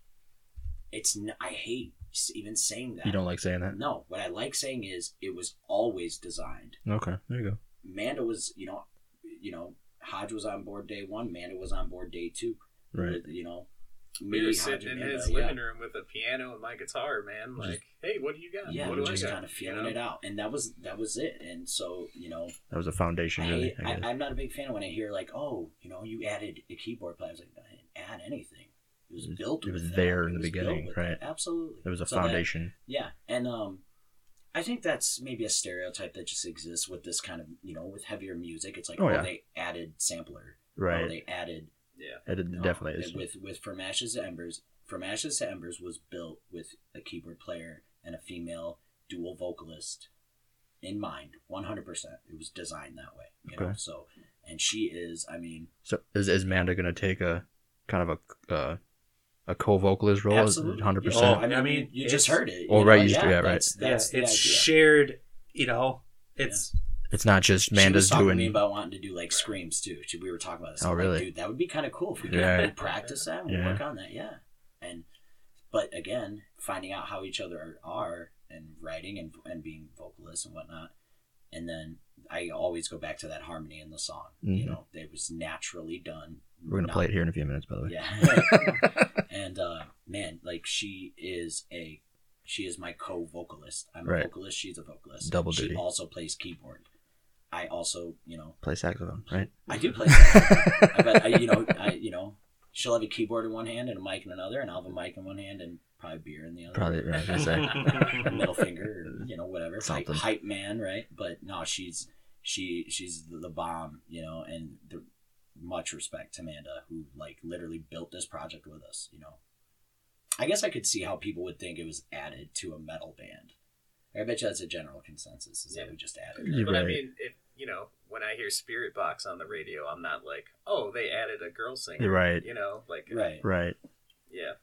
S5: it's n- I hate s- even saying that.
S3: You don't like saying that?
S5: No, what I like saying is it was always designed.
S3: Okay. There you go.
S5: Manda was, you know, you know, Hodge was on board day one. Manda was on board day two.
S3: Right.
S5: You know, me,
S6: We were
S5: Hodge,
S6: sitting in
S5: and Manda,
S6: his
S5: yeah.
S6: living room with a piano and my guitar, man.
S3: Just-
S6: Like, hey, what do you got?
S5: Yeah,
S6: what
S5: we're
S6: do
S5: just
S6: I got?
S5: kind of feeling it out, and that was that was it. And so, you know,
S3: That was a foundation, really.
S5: I,
S3: I
S5: hate-
S3: guess.
S5: I, I'm not a big fan when I hear like, oh, you know, you added a keyboard player. I was like, I didn't add anything. It was
S3: It was-
S5: built.
S3: it was
S5: with that.
S3: there in the
S5: It was built
S3: beginning,
S5: with
S3: right.
S5: that. Absolutely.
S3: it was a
S5: So that-
S3: foundation.
S5: yeah, and um, I think that's maybe a stereotype that just exists with this kind of you know with heavier music. It's like,
S3: Oh,
S5: oh,
S3: yeah.
S5: they added sampler.
S3: right.
S5: Oh, they added
S6: Yeah.
S3: it
S5: no,
S3: definitely
S5: it-
S3: is.
S5: with with from ashes to embers. From ashes to embers was built with a keyboard player and a female dual vocalist in mind, one hundred percent. It was designed that way, you know.
S3: Okay.
S5: So, and she is, I mean,
S3: So is is Manda gonna take a kind of a uh, a co-vocalist role?
S5: absolutely,
S3: Hundred
S5: Oh,
S3: percent.
S5: I mean,
S4: I mean,
S5: you, you just
S4: it's-
S5: heard it.
S3: Oh,
S5: you
S3: right,
S5: know,
S3: you just- yeah, right.
S5: That's, that's
S4: yeah,
S5: the
S4: it's
S5: idea.
S4: shared. You know, it's
S3: It's not just
S5: she was
S3: Manda's
S5: talking to
S3: doing.
S5: me about wanting to do like screams too. She, we were talking about this.
S3: Oh,
S5: I'm like,
S3: really?
S5: Dude, that would be kind of cool if we could
S3: Yeah.
S5: really practice that and
S3: Yeah.
S5: work on that. Yeah. And but again, finding out how each other are and writing and and being vocalists and whatnot, and then I always go back to that harmony in the song. You
S3: Mhm.
S5: know, it was naturally done.
S3: We're gonna
S5: not-
S3: play it here in a few minutes, by the way.
S5: Yeah. and uh, man, like she is a. She is my co-vocalist. I'm
S3: Right.
S5: a vocalist. She's a vocalist.
S3: Double
S5: she
S3: duty.
S5: also plays keyboard. I also, you know,
S3: Play saxophone, right?
S5: I do play. saxophone. I bet I, you know, I, you know, she'll have a keyboard in one hand and a mic in another, and I'll have a mic in one hand and probably beer in the other.
S3: Probably. Right, I was gonna say.
S5: A middle finger, or, you know, whatever. Hype,
S3: Something.
S5: hype man, right? But no, she's she she's the bomb, you know, and the, much respect to Amanda, who like literally built this project with us, you know. I guess I could see how people would think it was added to a metal band. I bet you that's a general consensus is
S6: Yeah.
S5: that we just added.
S3: You're
S6: but I
S3: right.
S6: mean, if you know, when I hear Spirit Box on the radio, I'm not like, oh, they added a girl singer.
S3: You're right.
S6: You know, like
S5: Right.
S3: Right.
S6: yeah,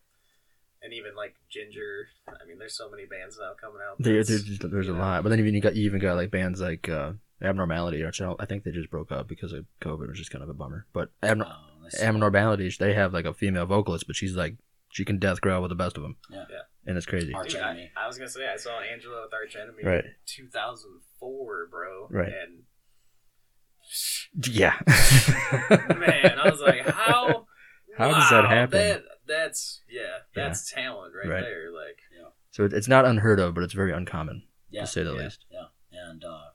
S6: and even like Ginger. I mean, there's so many bands now coming out.
S3: There,
S6: that's-
S3: there's just- there's a
S6: you know,
S3: lot, but then even you got you even got like bands like uh, Abnormality, which I, don't- I think they just broke up because of COVID, which is kind of a bummer. But Abnor-
S5: Oh, that's-
S3: abnormalities they have like a female vocalist but she's like she can death growl with the best of them
S5: Yeah.
S6: Yeah.
S3: and it's crazy
S5: Arch
S6: Dude, I,
S5: Enemy.
S6: I was gonna say I saw Angela with Arch Enemy
S3: Right.
S6: in 2004, bro.
S3: Right.
S6: And
S3: yeah
S6: man, I was like, how?
S3: How does that
S6: wow,
S3: happen?
S6: That, that's yeah, that's talent right,
S3: Right.
S6: there. Like
S3: so it, it's not unheard of but it's very uncommon
S5: yeah,
S3: to say the
S5: yeah,
S3: least.
S5: Yeah, and uh,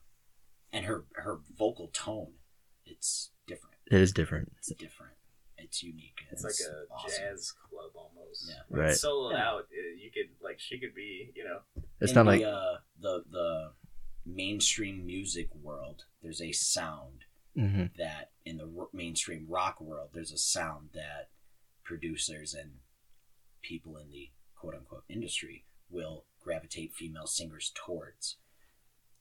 S5: and her her vocal tone, it's different.
S3: it is different
S5: It's different. It's unique. and
S6: it's like a
S5: awesome.
S6: jazz club almost.
S5: Yeah.
S6: When
S3: Right.
S6: It's soloed
S5: Yeah.
S6: out. uh, You could like she could be you know
S3: it's
S5: In
S3: not
S5: the,
S3: like
S5: uh, the the mainstream music world. There's a sound
S3: Mhm.
S5: that in the ro- mainstream rock world, there's a sound that producers and people in the quote unquote industry will gravitate female singers towards.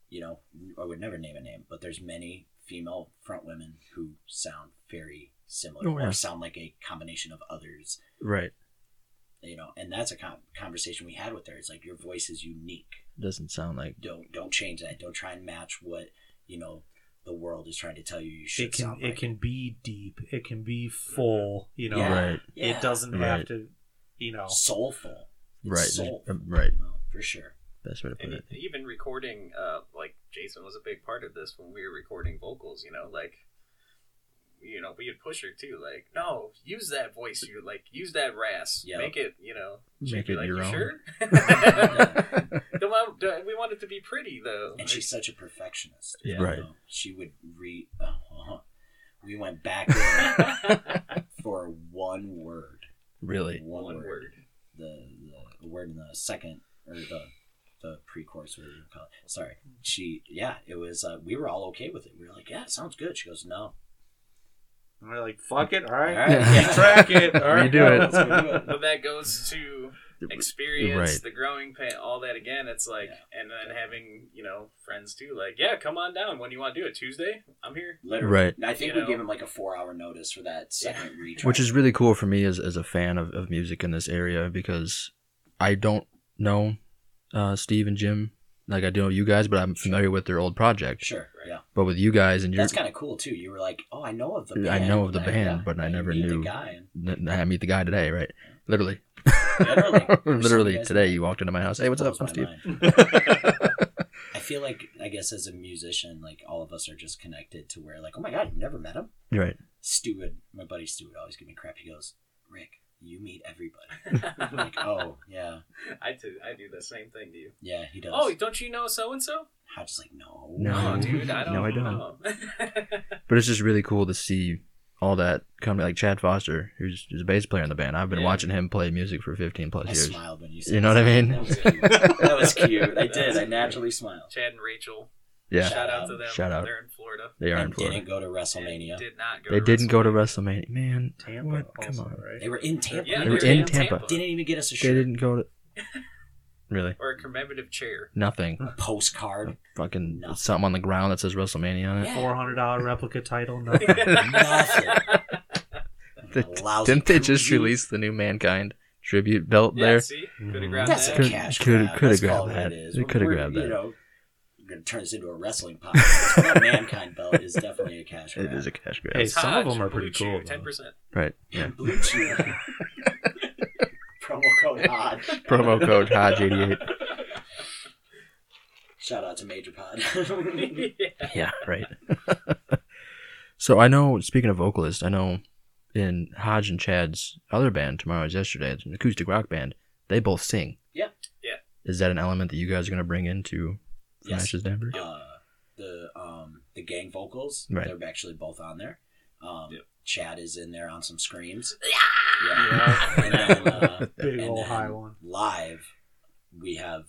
S5: You know, I would never name a name, but there's many female front women who sound very similar
S3: Oh, yeah.
S5: or sound like a combination of others.
S3: right
S5: You know, and that's a con conversation we had with her. It's like your voice is unique
S3: it doesn't sound like
S5: don't don't change that. Don't try and match what you know the world is trying to tell you. You should
S4: it can
S5: sound
S4: it
S5: like.
S4: can be deep. It can be full. You know,
S5: Yeah.
S3: right
S5: Yeah.
S4: it doesn't
S3: Right.
S4: have to. You know,
S5: soulful. It's
S3: right
S5: soulful,
S3: There's- um, right
S5: you know, for sure.
S3: best way to put
S6: and
S3: it
S6: e- even recording uh like jason was a big part of this when we were recording vocals you know like you know, we would push her too. Like, no, use that voice. You like use that ras.
S5: Yeah.
S6: Make it, you know. she'd
S2: Make
S6: be
S2: it your
S6: "You
S2: own."
S6: Sure. Don't want- don't- we want it to be pretty though.
S5: and she's such a perfectionist.
S4: Yeah.
S9: Right.
S5: know, she would re. uh We went back there for one word.
S2: Really?
S5: One,
S6: one
S5: word.
S6: word.
S5: The, the word in the second or the the pre-course whatever you call it. Sorry. She yeah. It was. Uh, we were all okay with it. We were like, yeah, it sounds good. She goes, no.
S4: And we're like, fuck it. All right.
S5: All right.
S4: Let's track it. All right.
S2: Redo it.
S4: Let's redo it.
S6: But that goes to experience
S9: Right.
S6: the growing pain, all that again. It's like, and then having you know friends too. Like, yeah, come on down when you want to do it. Tuesday, I'm here.
S5: Literally.
S9: Right.
S5: I think
S6: You
S5: we
S6: know.
S5: gave him like a four-hour notice for that second retry.
S2: Which is really cool for me as, as a fan of, of music in this area because I don't know uh, Steve and Jim like I do know you guys, but I'm familiar with their old project.
S5: sure. Yeah.
S2: But with you guys and your,
S5: That's kind of cool too. You were like, oh, I know of the.
S2: I
S5: band.
S2: know of the
S5: and I-
S2: band,
S5: yeah,
S2: but I
S5: and you
S2: never
S5: meet
S2: knew.
S5: The guy and
S2: N- I meet the guy today, right? Literally,
S5: Literally.
S2: literally today you walked into my house. Hey, what's up? I'm
S5: Blows my
S2: Steve.
S5: mind. I feel like I guess as a musician, like all of us are just connected to where like, oh my god, you've never met him.
S2: You're right.
S5: Stu would, my buddy Stu would always give me crap. He goes, Rick, you meet everybody. I'm like, oh yeah,
S6: I do, I do the same thing to you.
S5: yeah, he does.
S6: Oh, don't you know so and so?
S5: I was just like, no,
S6: No,
S2: No.
S6: dude, I don't.
S2: No, I don't.
S6: know.
S2: But it's just really cool to see all that come like Chad Foster, who's, who's a bass player in the band. I've been
S6: Yeah.
S2: watching him play music for 15 plus
S5: I
S2: years.
S5: smiled when you said.
S2: You know what I
S5: that.
S2: mean?
S5: That was, cute. that was cute. I did. I naturally smiled.
S6: Chad and Rachel.
S2: Yeah,
S6: Shout out to them.
S2: Shout out.
S6: They're in Florida.
S2: they are in
S5: And
S2: Florida.
S5: didn't go to
S6: And
S5: WrestleMania.
S6: Did not go.
S2: They
S6: to
S2: didn't go to WrestleMania.
S6: WrestleMania.
S2: Man,
S4: Tampa.
S2: what? Come
S4: also,
S2: on.
S4: Right?
S5: They were in Tampa.
S6: Yeah,
S2: They were in Tampa.
S5: Didn't even get us a
S2: They
S5: shirt.
S2: didn't go to. Really?
S6: Or a commemorative chair.
S2: Nothing.
S5: Postcard.
S2: Fucking
S5: Nothing.
S2: something on the ground that says WrestleMania on it.
S5: Yeah.
S4: Four hundred dollar replica title. Nothing.
S5: Nothing. Lousy
S2: Didn't they just
S5: koozie.
S2: release the new Mankind tribute belt
S6: Yeah,
S2: there?
S6: see, could have grabbed
S5: That's
S6: that.
S5: a
S2: Could-
S5: cash
S2: coulda-
S5: grab.
S2: coulda
S5: That's
S2: grabbed
S5: all
S2: that.
S5: It is.
S2: They coulda
S5: We're-
S2: grabbed
S5: You
S2: that.
S5: know, we're gonna turn this into a wrestling podcast. but that mankind belt is definitely a cash grab.
S2: It is a cash grab.
S4: Hey, some of them are pretty cool. though.
S6: Ten percent.
S2: Right. Yeah.
S5: blue chew. Promo code Hodge.
S2: Promo code HODGE88.
S5: Shout out to Major Pod.
S2: Yeah, right. so I know, speaking of vocalists, I know in Hodge and Chad's other band, Tomorrow is Yesterday, it's an acoustic rock band, they both sing.
S5: Yeah.
S6: Yeah.
S2: Is that an element that you guys are going to bring into From
S5: Yes.
S2: Ashes to Embers?
S5: uh, the um, the gang vocals.
S2: Right.
S5: They're actually both on there. Um,
S6: Yep.
S5: Chad is in there on some screams.
S4: Yeah.
S5: And then, uh,
S4: Big
S5: and
S4: old
S5: then
S4: high one.
S5: Live, we have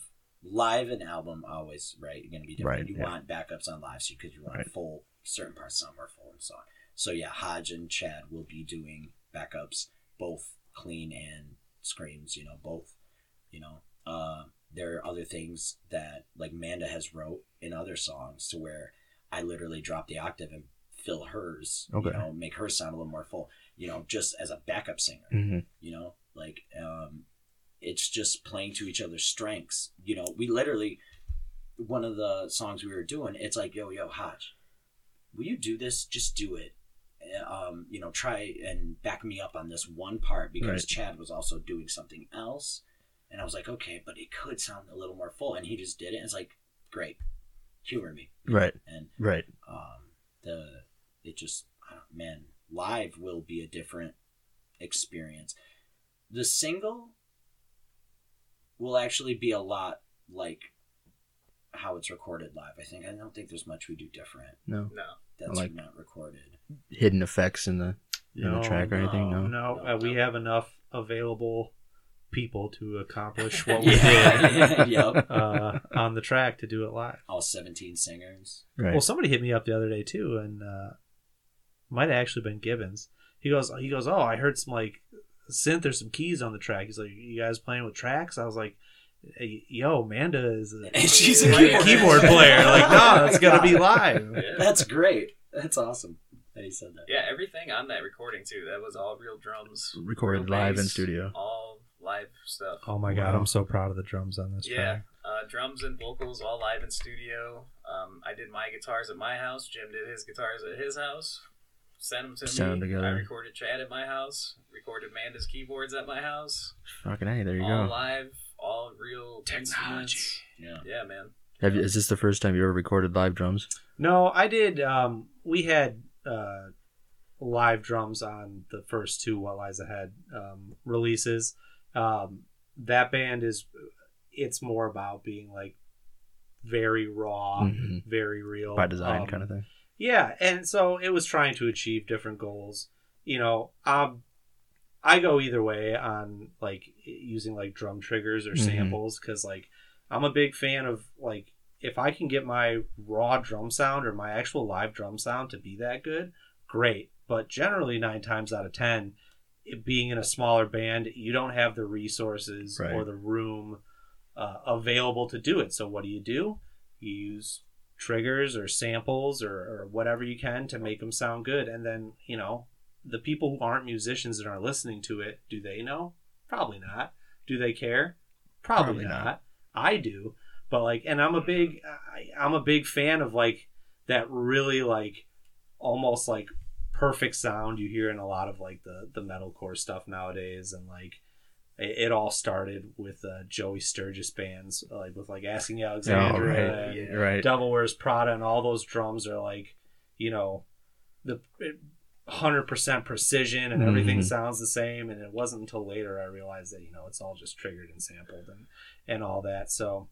S5: live and album always right. You're gonna be different.
S2: Right,
S5: you
S2: yeah.
S5: want backups on live because you want
S2: Right.
S5: full certain parts of some are full and so on. So yeah, Hodge and Chad will be doing backups, both clean and screams. You know, both. You know, uh, there are other things that like Manda has wrote in other songs to where I literally drop the octave and fill hers.
S2: Okay.
S5: You know, make her sound a little more full. You know, just as a backup singer
S2: Mm-hmm.
S5: you know like um it's just playing to each other's strengths you know we literally one of the songs we were doing it's like yo yo hodge will you do this just do it Uh, um you know try and back me up on this one part because
S2: Right.
S5: chad was also doing something else and i was like okay but it could sound a little more full and he just did it and it's like great humor me
S2: Right.
S5: and
S2: Right.
S5: um, the it just I don't, man live will be a different experience the single will actually be a lot like how it's recorded live i think i don't think there's much we do different
S2: No.
S6: No.
S5: that's
S2: like-
S5: not recorded
S2: Hidden effects in the. In the track or anything? No.
S4: No, uh, we have enough available people to accomplish what we did
S5: yeah yep
S4: uh, on the track to do it live.
S5: all 17 singers
S2: Right.
S4: Well, somebody hit me up the other day too, and uh, might have actually been Gibbons. He goes, he goes, oh, I heard some like synth or some keys on the track. He's like, you guys playing with tracks? I was like, "Hey, yo, Amanda is a
S5: she's
S4: keyboard, player. Like, no, it's gonna be live.
S6: Yeah.
S5: that's great that's awesome that he said that
S6: yeah, everything on that recording too. That was all real drums.
S2: Recorded
S6: real
S2: live in
S6: bass,
S2: studio.
S6: All live stuff.
S4: Oh my god,
S2: Wow.
S4: I'm so proud of the drums on this
S6: yeah,
S4: track.
S6: uh, drums and vocals all live in studio. Um, I did my guitars at my house. Jim did his guitars at his house. Sent them to
S2: Sound
S6: me.
S2: together.
S6: I recorded Chad at my house. Recorded Manda's keyboards at my house.
S2: Fucking hey, there you
S6: all
S2: go.
S6: live, all real instruments.
S5: yeah
S6: Yeah, man.
S2: Have you, is this the first time you ever recorded live drums?
S4: No, I did. Um, we had uh, live drums on the first two What Lies Ahead um, releases. Um, that band is, it's more about being like very raw,
S3: Mhm.
S4: very real
S3: by design
S4: um,
S3: kind of thing.
S4: yeah, and so it was trying to achieve different goals. You know, um, I go either way on like using like drum triggers or
S3: Mhm.
S4: samples because like I'm a big fan of like if I can get my raw drum sound or my actual live drum sound to be that good, great. But generally, nine times out of ten, it, being in a smaller band, you don't have the resources
S3: Right.
S4: or the room uh, available to do it. So what do you do? You use triggers or samples or, or whatever you can to make them sound good. And then, you know, the people who aren't musicians and are listening to it, do they know? Probably not. Do they care?
S3: Probably
S4: Probably, not.
S3: not.
S4: I do, but like, and I'm a big, I, I'm a big fan of like that really like almost like perfect sound you hear in a lot of like the the metalcore stuff nowadays, and like it, it all started with uh, Joey Sturgis bands, like with like Asking Alexandra
S3: Oh, right.
S4: and
S3: right.
S4: Devil Wears Prada and all those drums are like, you know, the hundred percent precision and everything
S3: Mhm.
S4: sounds the same. And it wasn't until later I realized that you know it's all just triggered and sampled and and all that. So,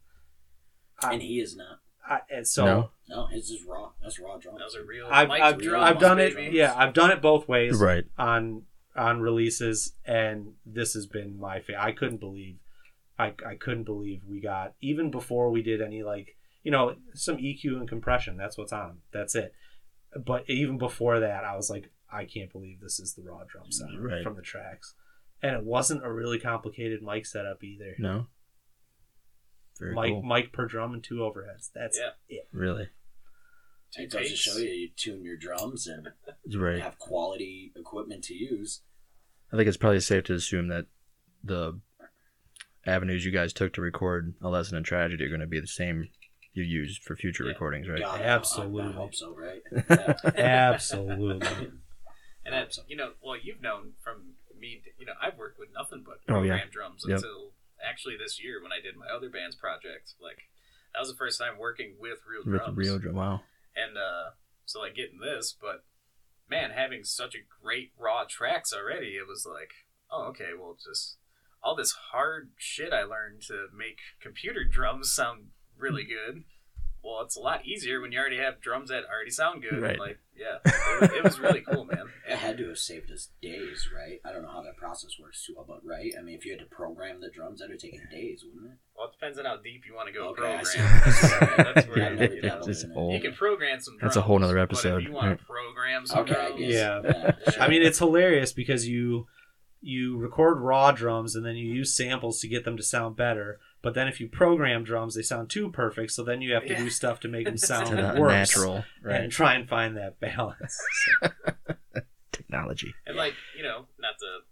S4: I,
S5: and he is not.
S4: I and so
S3: No.
S5: No, his is raw. That's raw drums.
S6: That was a real.
S4: I've
S6: Mike's
S4: I've,
S6: real
S4: I've done
S6: baby.
S4: it. Yeah, I've done it both ways
S3: Right.
S4: on on releases, and this has been my favorite. I couldn't believe, I I couldn't believe we got even before we did any like you know some EQ and compression. That's what's on. That's it. But even before that, I was like, I can't believe this is the raw drum sound
S3: Right.
S4: from the tracks, and it wasn't a really complicated mic setup either.
S3: No. Very
S4: mic
S3: cool.
S4: mic per drum and two overheads. That's
S6: Yeah.
S4: it.
S3: Really.
S6: Two
S5: It goes to
S6: takes.
S5: show you, you tune your drums and
S3: Right.
S5: have quality equipment to use.
S3: I think it's probably safe to assume that the avenues you guys took to record a lesson in tragedy are going to be the same you use for future
S6: Yeah.
S3: recordings, right?
S5: God, I- I,
S4: Absolutely.
S5: I hope so, right? Yeah.
S4: Absolutely.
S6: And that, you know, well, you've known from me, you know, I've worked with nothing but
S3: Oh, yeah.
S6: programmed drums
S3: Yep.
S6: until actually this year when I did my other band's project. Like, that was the first time working with real
S3: With
S6: drums.
S3: real drum. Wow.
S6: And uh, so, like, getting this, but man, having such a great raw tracks already, it was like, oh, okay, well, just all this hard shit I learned to make computer drums sound really good. Well, it's a lot easier when you already have drums that already sound good.
S3: Right.
S6: Like, yeah, it was, it was really cool, man.
S5: It
S6: And-
S5: had to have saved us days, right? I don't know how that process works too well, but right? I mean, if you had to program the drums, that would have taken days, wouldn't it?
S6: Well, it depends on how deep you want to go
S5: Okay, I
S6: program.
S5: see.
S6: That's where
S5: Yeah,
S6: you, know,
S5: that'll
S3: It's
S5: do it.
S3: old.
S6: you can program some.
S3: That's a whole
S6: drums,
S3: nother
S6: but if
S3: episode,
S6: you want
S3: right.
S6: to program some
S5: Okay, I
S6: drums,
S5: guess.
S4: Yeah.
S5: sure.
S4: I mean, it's hilarious because you you record raw drums and then you use samples to get them to sound better. But then if you program drums, they sound too perfect. So then you have to
S6: Yeah.
S4: do stuff to make them
S3: To
S4: sound
S3: the
S4: worse
S3: natural
S4: and try and find that balance.
S3: technology.
S6: and like you know, not to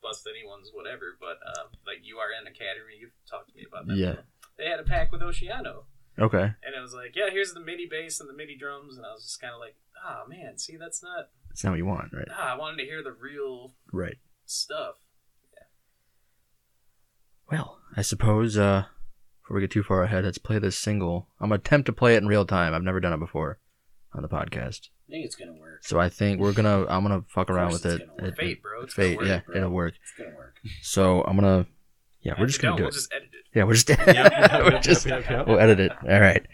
S6: bust anyone's whatever, but uh, like URN Academy, you've talked to me about that.
S3: Yeah.
S6: before. They had a pack with Oceano,
S3: Okay.
S6: and it was like, yeah, here's the MIDI bass and the MIDI drums, and I was just kind of like, ah, man, see, that's not.
S3: It's not what you want, right?
S6: Ah, I wanted to hear the real
S3: Right.
S6: stuff.
S3: Well, I suppose uh, before we get too far ahead, let's play this single. I'm gonna attempt to play it in real time. I've never done it before on the podcast,
S5: I think it's gonna work.
S3: so I think we're gonna I'm gonna fuck
S5: Of
S3: around
S5: course
S3: with
S5: it's
S3: it.
S5: gonna work.
S3: It-
S6: Fate,
S3: it-
S6: bro. It's
S3: Fate,
S6: gonna work,
S3: yeah,
S5: bro.
S3: it'll work.
S5: It's gonna work.
S3: So I'm gonna, yeah,
S6: If
S3: we're just
S6: you
S3: gonna
S6: don't,
S3: do
S6: we'll
S3: it.
S6: just edit it.
S3: Yeah, we're just,
S4: yep,
S3: we're
S4: yep,
S3: just
S4: yep, yep.
S3: we'll edit it. All right.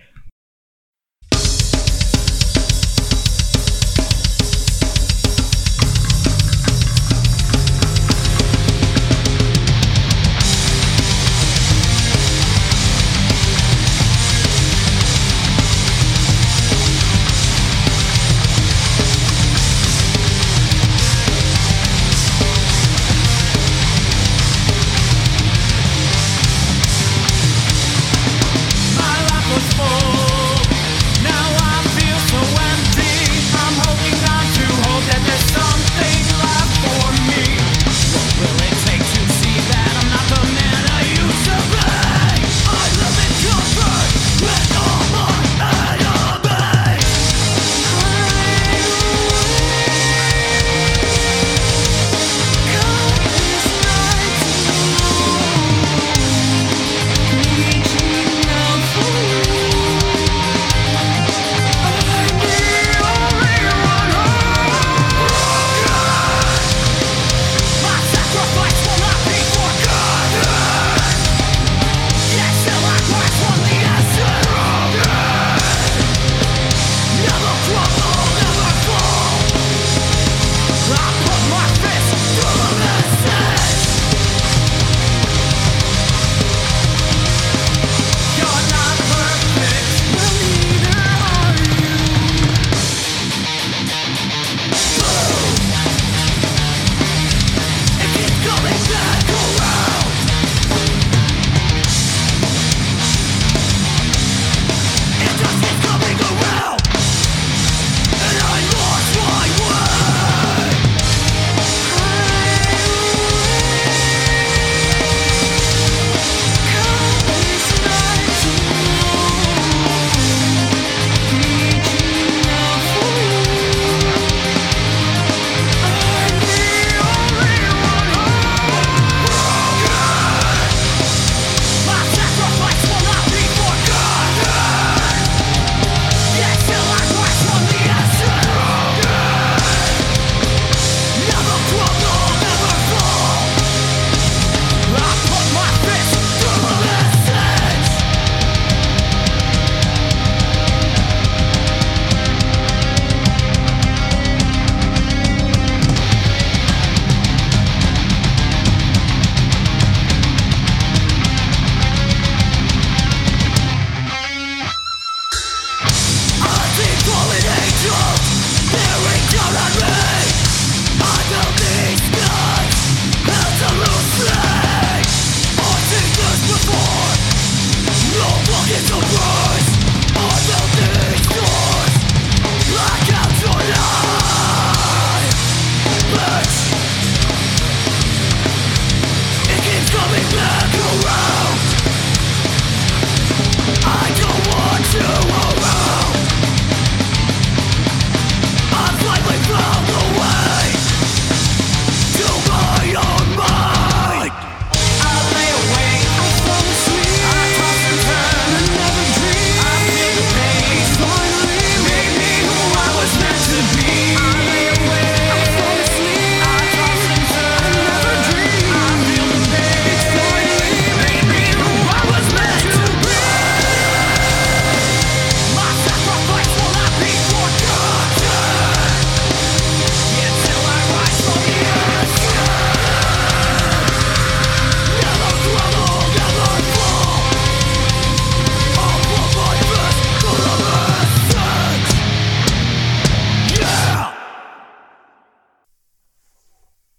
S8: My life was full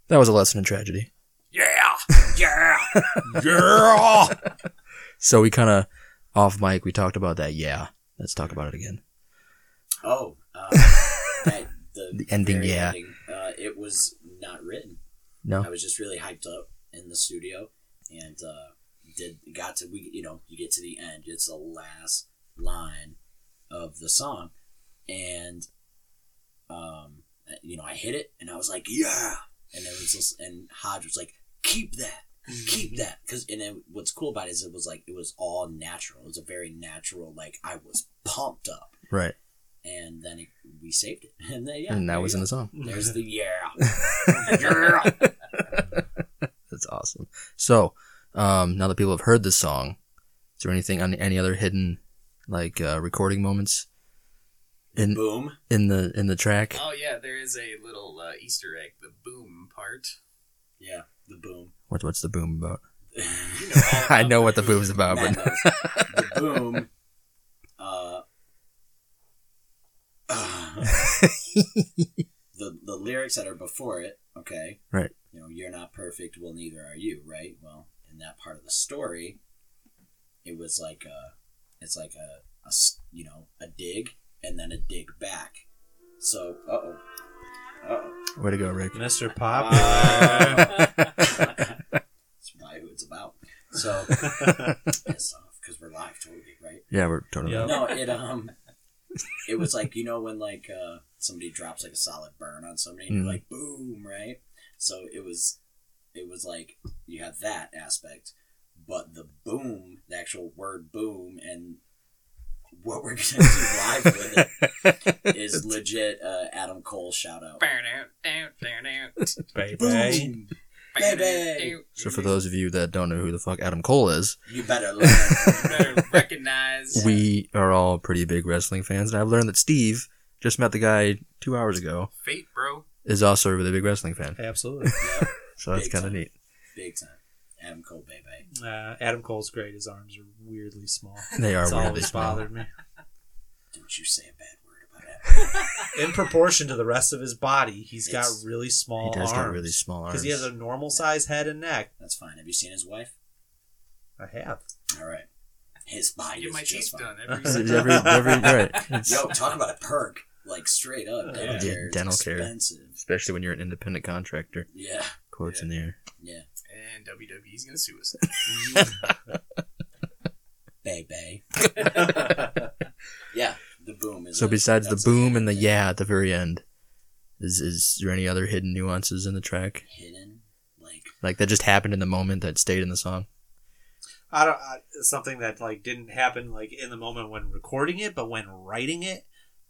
S2: That was a lesson in tragedy.
S5: Yeah, yeah, yeah.
S2: So we kind of off mic. We talked about that. Yeah, let's talk about it again.
S5: Oh, uh, that, the,
S2: The ending,
S5: very
S2: yeah.
S5: ending, uh, it was not written. I
S2: No,
S5: was just really hyped up in the studio and uh, did got to we you know you get to the end. It's the last line of the song, and um, you know I hit it and I was like yeah, and there was this, and Hodge was like keep that. Keep that, because and then what's cool about it is it was like it was all natural. It was a very natural, like I was pumped up,
S2: right.
S5: and then it, we saved it, and then yeah,
S2: and that
S5: there
S2: was
S5: you
S2: in
S5: go.
S2: the song.
S5: There's the yeah, yeah.
S2: That's awesome. So, um, now that people have heard this song, is there anything on any other hidden, like uh, recording moments in
S5: boom.
S2: in the in the track?
S6: Oh yeah, there is a little uh, Easter egg, the boom part.
S5: Yeah, the boom.
S2: What, what's the boom about?
S6: You know all
S2: I
S6: about
S2: know
S6: that.
S2: what the boom's about,
S5: Matt
S2: but
S5: knows. the boom. Uh, the the lyrics that are before it, okay.
S2: Right.
S5: You know, you're not perfect. Well, neither are you, right? Well, in that part of the story, it was like a, it's like a, a s- you know, a dig and then a dig back. So, uh oh, uh oh.
S2: way to go, Rick.
S4: Mr. Pop.
S5: That's probably who it's about. So piss off because we're live totally, right?
S2: Yeah, we're turning it
S4: Yeah.
S2: up.
S5: No, it um, it was like you know when like uh somebody drops like a solid burn on somebody, and
S2: Mhm.
S5: you're like boom, right? So it was, it was like you have that aspect, but the boom, the actual word boom, and what we're gonna do live with it is legit uh, Adam Cole shout out.
S4: Baby.
S5: Boom, baby,
S2: So for those of you that don't know who the fuck Adam Cole is,
S5: you better learn.
S6: You better recognize.
S2: we are all pretty big wrestling fans, and I've learned that Steve just met the guy two hours ago
S6: fate, bro.
S2: is also a really big wrestling fan.
S4: Absolutely.
S5: Yeah,
S2: So that's
S5: Big
S2: kind of
S5: time.
S2: neat.
S5: big time. Adam Cole, baby.
S4: Uh, Adam Cole's great. His arms are weirdly small.
S2: They are
S4: It's
S2: weirdly
S4: always
S2: small.
S4: bothered me.
S5: Don't you say a bad word about Adam.
S4: In proportion to the rest of his body, he's got
S5: It's-
S4: really small
S2: He does
S4: arms.
S2: got really small arms.
S4: Because he has a normal size head and neck.
S5: That's fine. Have you seen his wife?
S4: I have.
S5: All right. His body
S6: Get
S5: is
S6: my teeth
S5: just fine.
S6: done every
S2: every,
S6: single
S2: every, right. It's-
S5: Yo, talk about a perk. Like straight up, dental
S6: Yeah.
S5: care. is
S2: Uh, Dental care.
S5: expensive.
S2: especially when you're an independent contractor.
S5: Yeah,
S2: Quotes
S6: Yeah.
S2: in the air.
S5: yeah,
S6: And WWE's gonna sue us.
S5: baby. yeah, the boom is.
S2: So
S5: a-
S2: besides the
S5: that's a
S2: boom and the
S5: thing.
S2: yeah at the very end, is is there any other hidden nuances in the track
S5: hidden, like
S2: like that just happened in the moment that stayed in the song?
S4: I don't I, something that like didn't happen like in the moment when recording it, but when writing it,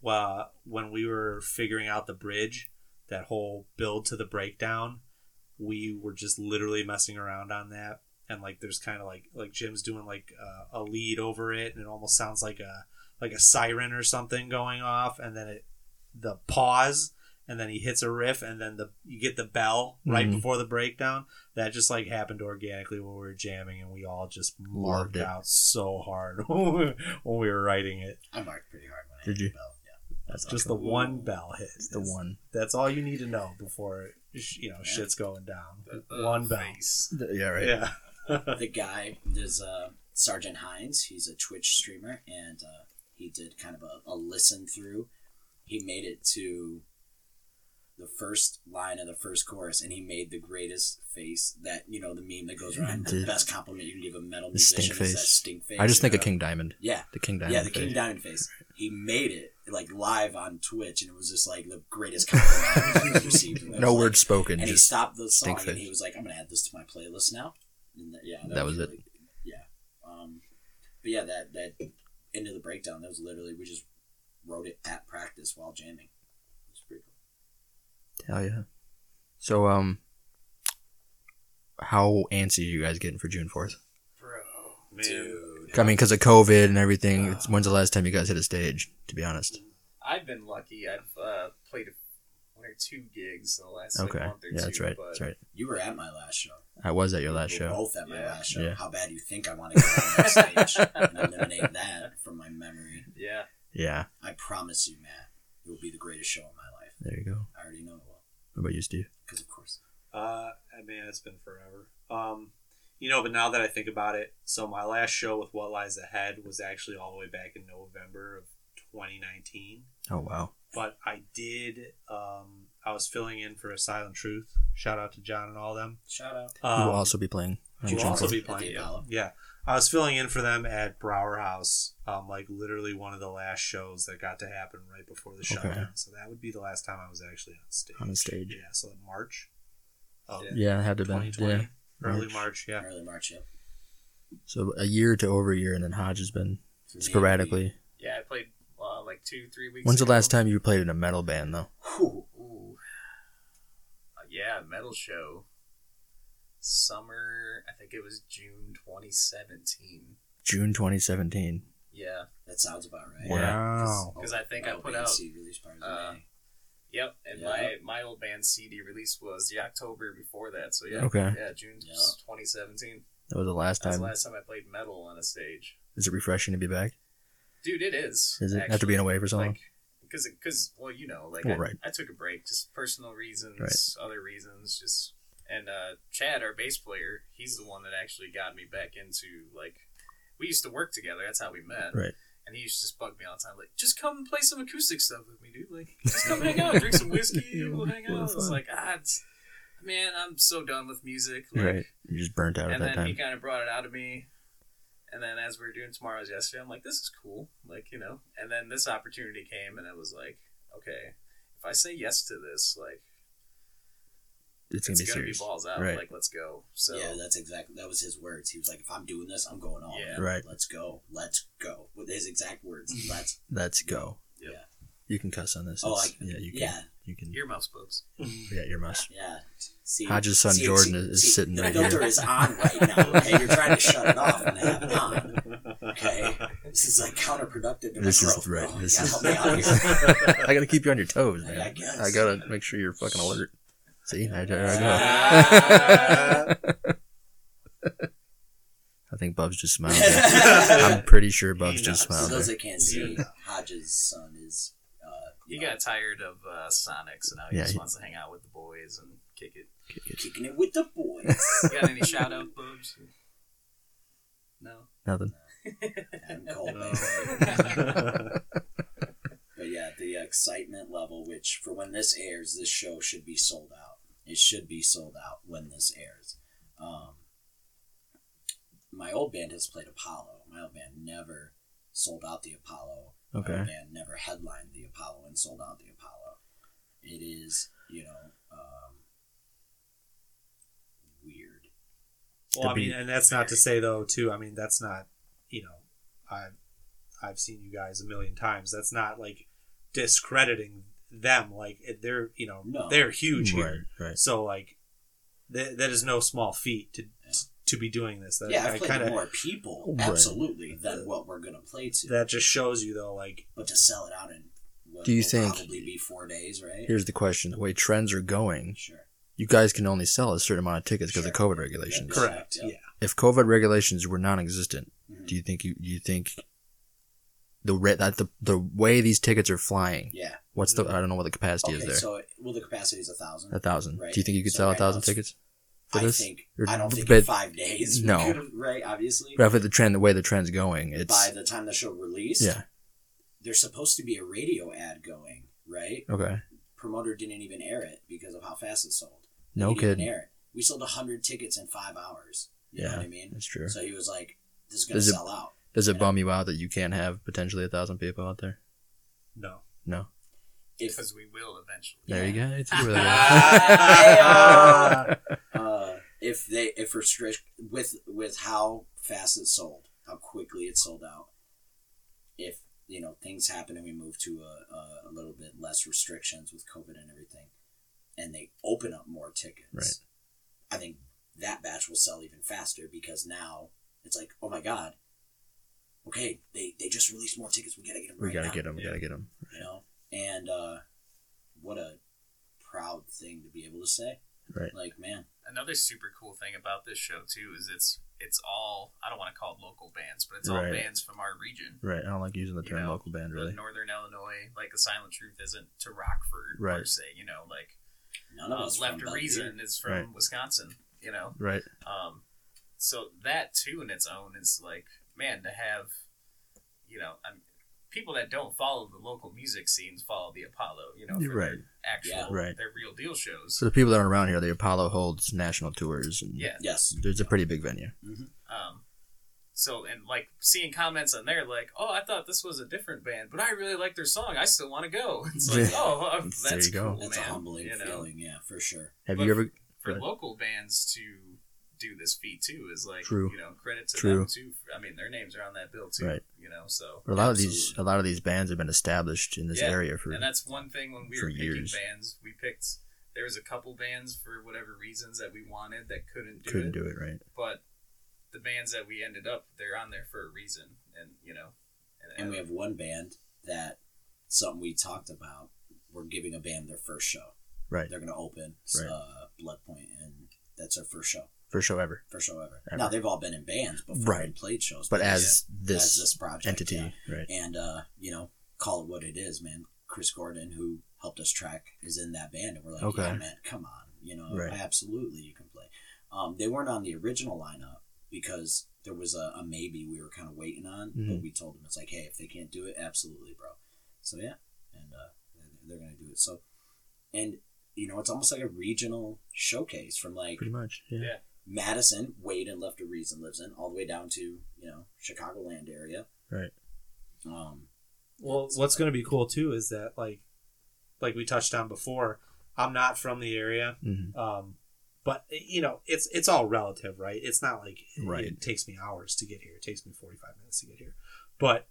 S4: uh, when we were figuring out the bridge, that whole build to the breakdown, we were just literally messing around on that, and like there's kind of like like Jim's doing like uh, a lead over it, and it almost sounds like a like a siren or something going off, and then it the pause. And then he hits a riff, and then the you get the bell right
S2: Mhm.
S4: before the breakdown that just like happened organically when we were jamming and we all just
S2: Loved
S4: marked
S2: it.
S4: out so hard when we were writing it.
S5: I marked pretty hard when I
S2: Did
S5: hit
S2: you?
S5: the bell. Yeah,
S2: That's
S4: Just the one bell hit.
S2: the one.
S4: That's all you need to know before sh- you know shit's going down.
S6: Uh,
S4: one bell.
S6: face.
S2: Yeah, right.
S4: Yeah.
S5: the guy there's uh, Sergeant Hines. He's a Twitch streamer, and uh, he did kind of a, a listen through. He made it to the first line of the first chorus, and he made the greatest face that you know the meme that goes around. The
S2: Dude.
S5: best compliment you can give a metal
S2: The
S5: musician
S2: stink
S5: is that
S2: face.
S5: stink face.
S2: I just think
S5: Yeah.
S2: of King Diamond.
S5: Yeah,
S2: The King Diamond.
S5: yeah, the King
S2: face.
S5: Diamond face. He made it like live on Twitch, and it was just like the greatest compliment I've ever received. And I
S2: No
S5: was like,
S2: words spoken.
S5: and he
S2: Just
S5: stopped the song
S2: stink
S5: and
S2: face.
S5: he was like, "I'm gonna add this to my playlist now." And that, yeah,
S2: That was it.
S5: really- Yeah, um, but yeah, that that into the breakdown. That was literally we just wrote it at practice while jamming. It was pretty cool.
S2: hell yeah. So um, how antsy are you guys getting for June fourth?
S6: Bro.
S5: Dude,
S2: I mean, because of COVID and everything.
S6: Uh,
S2: It's, when's the last time you guys hit a stage? To be honest.
S6: I've been lucky. I've uh, played one or two gigs in the last like,
S2: Okay.
S6: month or
S2: Yeah,
S6: two.
S2: that's right.
S6: But
S2: That's right.
S5: you were at my last show.
S2: I was at your last
S5: We were
S2: show.
S5: Both at my
S6: Yeah.
S5: last show.
S2: Yeah.
S5: How bad do you think I want to go on that stage and eliminate that from my memory?
S6: Yeah.
S2: Yeah.
S5: I promise you, Matt, it will be the greatest show of my life.
S2: There you go.
S5: I already know it will,
S2: What about you, Steve?
S5: because of course.
S4: uh, man, it's been forever. Um, you know, but now that I think about it, so my last show with What Lies Ahead was actually all the way back in November of 2019.
S2: Oh wow.
S4: But I did. Um, I was filling in for a Silent Truth. Shout out to John and all them.
S5: Shout out.
S4: Um,
S6: Uh,
S2: we will also be playing. on
S4: who will
S2: June
S4: also
S2: 4th.
S4: be
S5: At the
S4: playing. yeah.
S5: Apollo.
S4: Yeah. I was filling in for them at Brower House, um, like literally one of the last shows that got to happen right before the
S2: Okay.
S4: shutdown. So that would be the last time I was actually on stage.
S2: On the stage.
S4: Yeah, so in March. of
S2: yeah, it had to be.
S4: 2020.
S2: Yeah.
S4: Early
S2: March.
S4: March, yeah.
S5: Early March. Yep.
S2: So a year to over a year, and then Hodge has been sporadically.
S6: Yeah, I played uh, like two, three weeks.
S2: When's the
S6: ago.
S2: last time you played in a metal band though?
S5: Whew.
S6: Ooh. Uh, yeah, metal show. Summer, I think it was June 2017.
S2: June 2017.
S6: Yeah.
S5: That sounds about right.
S2: Wow.
S6: Because I think I
S5: Oh,
S6: put
S5: Band
S6: out-
S5: C release party
S6: uh,
S5: May.
S6: Yep. And
S5: Yeah.
S6: my my old band CD release was the October before that. So yeah.
S2: Okay.
S6: Yeah, June
S5: Yeah.
S6: 2017.
S2: That was the last
S6: That's
S2: time.
S6: the last time I played metal on a stage.
S2: Is it refreshing to be back?
S6: Dude, it is.
S2: Is it after being away for so long?
S6: Because, because, well, you know, like
S2: Well,
S6: I,
S2: right.
S6: I took a break, just personal reasons, other reasons, just and uh, Chad, our bass player, he's the one that actually got me back into like we used to work together. That's how we met.
S2: Right.
S6: And he used to just bug me all the time, like, just come and play some acoustic stuff with me, dude. Like, just come hang out, drink some whiskey, we'll hang out. It's like, ah, it's, man, I'm so done with music. Like,
S2: Right. You're just burnt out at
S6: and
S2: that
S6: then he
S2: time.
S6: kind of brought it out of me. And then as we were doing tomorrow's yesterday, I'm like, this is cool. Like, you know. And then this opportunity came, and I was like, okay, if I say yes to this, like,
S2: It's
S6: it's,
S2: gonna be
S6: gonna
S2: serious.
S6: be balls out.
S2: Right.
S6: Like, let's go. So
S5: yeah, that's exactly that was his words. He was like, "If I'm doing this, I'm going all
S6: Yeah.
S5: in.
S2: Right.
S5: Let's go. Let's go." With his exact words. Let's.
S2: Let's go.
S6: Yep.
S5: Yeah.
S2: You can cuss on this.
S5: Oh,
S2: It's-
S5: I can-
S2: yeah, you can.
S5: yeah.
S2: You can.
S6: your mouse folks.
S2: Yeah, your must.
S5: Yeah. See,
S2: Hodge's son Jordan is- is sitting
S5: the
S2: right
S5: filter
S2: here.
S5: is on right now. Okay, you're trying to shut it off and have it on. Okay, this is like counterproductive. To my
S2: This is
S5: growth,
S2: right,
S5: bro.
S2: this
S5: You gotta
S2: is-
S5: help me out here.
S2: I gotta keep you on your toes,
S5: I
S2: man. I,
S5: guess.
S2: gotta make sure you're fucking alert. See, I, there I go.
S5: Ah.
S2: I think Bubs just smiled. I'm pretty sure Bubs
S4: He
S2: just
S4: knows.
S5: For
S2: smiled.
S5: those
S2: There.
S5: that can't see, Hodge's son is. Uh,
S6: He
S5: you know,
S6: got tired of uh, Sonic, so now he
S2: Yeah,
S6: just
S2: he-
S6: wants to hang out with the boys and kick it.
S5: kicking it with the boys.
S6: You got any shout out, boobs? No.
S2: Nothing.
S5: Adam Cole,
S4: No.
S5: baby. But yeah, the excitement level, which for when this airs, this show should be sold out. It should be sold out when this airs. Um, my old band has played Apollo. My old band never sold out the Apollo. My
S2: Okay.
S5: old band never headlined the Apollo and sold out the Apollo. It is, you know, um, weird.
S4: Well, I
S2: Could be
S4: mean, and that's not to say though, too. I mean, that's not, you know, I've I've seen you guys a million times. That's not like discrediting them. Like it- they're, you know,
S5: No.
S4: they're huge
S2: Right,
S4: here.
S2: right.
S4: So like, that that is no small feat to to be doing this. That,
S5: yeah, I've
S4: I
S5: played
S4: kind
S5: to
S4: of
S5: more people,
S2: Right.
S5: absolutely, than what we're going to play to.
S4: that just shows you though, like
S5: but to sell it out in what
S2: Do you
S5: will
S2: think-
S5: probably be four days, right?
S2: Here's the question: The way trends are going,
S5: Sure.
S2: you guys can only sell a certain amount of tickets because
S5: Sure.
S2: of COVID regulations.
S5: Correct.
S4: Yeah.
S5: Yeah.
S2: If COVID regulations were non-existent,
S5: Mhm.
S2: Mm-hmm. do you think you you think the re- that the the way these tickets are flying?
S5: Yeah.
S2: What's the I don't know what the capacity
S5: Okay,
S2: is there.
S5: so it, well, the capacity is a thousand.
S2: a thousand.
S5: Right.
S2: Do you think you could
S5: So
S2: sell a
S5: right now
S2: thousand
S5: it's-
S2: tickets? for
S5: I
S2: this?
S5: think
S2: Or-
S5: I don't think
S2: but-
S5: in five days. we
S2: No.
S5: could've- right? Obviously,
S2: But if the trend, the way the trend's going,
S5: by
S2: it's
S5: the time the show released,
S2: yeah.
S5: there's supposed to be a radio ad going. Right?
S2: Okay.
S5: Promoter didn't even air it because of how fast it sold. They
S2: No
S5: didn't even
S2: kidding.
S5: Air it. We sold hundred tickets in five hours. You know
S2: Yeah,
S5: what I mean?
S2: that's true.
S5: So he was like, "This is gonna
S2: Does it-
S5: sell out."
S2: Does it bum you out that you can't have potentially a thousand people out there?
S4: no.
S2: No.
S5: If
S6: Because we will eventually.
S2: There you go. It's really
S5: Ah, uh, if they if restrict with with how fast it sold, how quickly it sold out. If you know things happen and we move to a, a, a little bit less restrictions with COVID and everything, and they open up more tickets,
S2: Right.
S5: I think that batch will sell even faster because now it's like, oh my god, okay, they they just released more tickets, we gotta get them.
S2: we
S5: right
S2: gotta
S5: now
S2: get them. We gotta get them.
S5: you know and uh what a proud thing to be able to say
S2: Right.
S5: like man
S6: another super cool thing about this show too is it's it's all I don't want to call it local bands, but it's all
S2: Right.
S6: bands from our region.
S2: Right. I don't like using the
S6: You
S2: term
S6: know,
S2: local band
S6: The
S2: really.
S6: Northern Illinois, like the Silent Truth, isn't to Rockford per
S2: Right.
S6: se. You know, like
S5: none of
S6: uh,
S5: us
S6: Left
S5: from
S6: Reason is from
S2: Right.
S6: Wisconsin. you know.
S3: Right.
S6: Um, so that too in its own is like, man, to have, you know, i people that don't follow the local music scenes follow the Apollo, you know, for
S3: Right.
S6: their actual,
S5: Yeah.
S3: Right.
S6: their real deal shows.
S3: So the people that aren't around here, the Apollo holds national tours, and
S6: Yeah.
S5: Yes.
S3: there's a pretty big venue.
S6: Um, so and like seeing comments on there like, oh, I thought this was a different band, but I really like their song. I still want to go. It's like,
S3: Yeah.
S6: oh, uh, that's
S3: There you go.
S6: cool,
S5: That's
S6: man.
S5: a humbling
S6: you know?
S5: feeling, yeah, for sure.
S3: Have
S6: But-
S3: you ever?
S6: for
S3: Right.
S6: local bands to do this feat too is like
S3: True.
S6: you know credit to
S3: True.
S6: them too. I mean, their names are on that bill too.
S3: Right.
S6: You know, so
S3: A lot of these,
S5: Absolutely.
S3: a lot of these bands have been established in this
S6: Yeah,
S3: area for
S6: and that's one thing when we
S3: for
S6: were picking
S3: years.
S6: bands, we picked there was a couple bands for whatever reasons that we wanted that couldn't do
S3: couldn't
S6: it,
S3: do it right.
S6: but the bands that we ended up they're on there for a reason, and you know,
S5: And we have one band that something we talked about. We're giving a band their first show.
S3: Right.
S5: They're going to open
S3: Right.
S5: uh, Blood Point, and that's their first show,
S3: First show ever.
S5: first show ever.
S3: Ever.
S5: Now they've all been in bands before
S3: Right.
S5: and played shows,
S3: But
S5: as
S3: as this
S5: as this project
S3: entity,
S5: yeah.
S3: right?
S5: and uh, you know, call it what it is, man. Chris Gordon, who helped us track, is in that band, and we're like,
S3: Okay.
S5: yeah, man, come on, you know,
S3: Right.
S5: absolutely, you can play. Um, they weren't on the original lineup because there was a, a maybe we were kind of waiting on, but
S3: Mhm.
S5: we told them it's like, hey, if they can't do it, absolutely, bro. So yeah, and uh, they're, they're gonna do it. So, and you know, it's almost like a regional showcase from like
S3: Pretty much, yeah.
S6: Yeah.
S5: Madison, Wade, and Left of Reason lives in, all the way down to you know Chicagoland area.
S3: Right.
S5: Um,
S4: Well, what's going to be cool too is that like, like we touched on before, I'm not from the area,
S3: hmm
S4: um, but you know, it's it's all relative, right? It's not like it-
S3: Right.
S4: it takes me hours to get here. It takes me 45 minutes to get here, but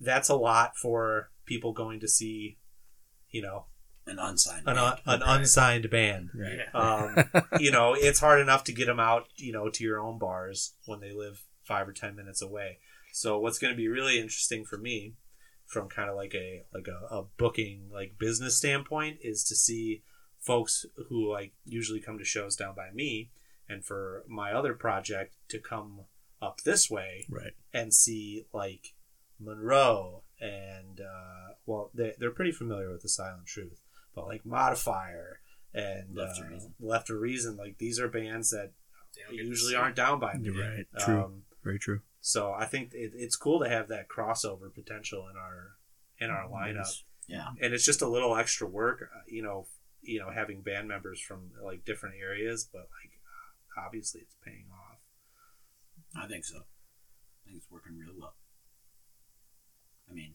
S4: that's a lot for people going to see, you know,
S5: an unsigned
S4: an un-
S5: band.
S4: an
S6: Right.
S4: unsigned band.
S3: Right.
S6: Yeah.
S4: Um, you know, it's hard enough to get them out, you know, to your own bars when they live five or ten minutes away. So what's going to be really interesting for me, from kind of like a like a, a booking like business standpoint, is to see folks who like usually come to shows down by me, and for my other project to come up this way
S3: Right.
S4: and see like Monroe and uh, well, they they're pretty familiar with the Silent Truth, but like Modifier and
S5: Left
S4: uh,
S5: to Reason.
S4: Left to Reason, like these are bands that
S6: They don't get to
S4: usually
S6: see
S4: aren't down by me.
S3: You're right.
S5: uh,
S3: True.
S4: Um,
S3: Very true.
S4: so I think it, it's cool to have that crossover potential in our in our
S5: Mm-hmm.
S4: lineup,
S3: Nice.
S5: Yeah.
S4: and it's just a little extra work, uh, you know, you know, having band members from like different areas, but like obviously it's paying off.
S5: I think so. I think it's working real well. I mean,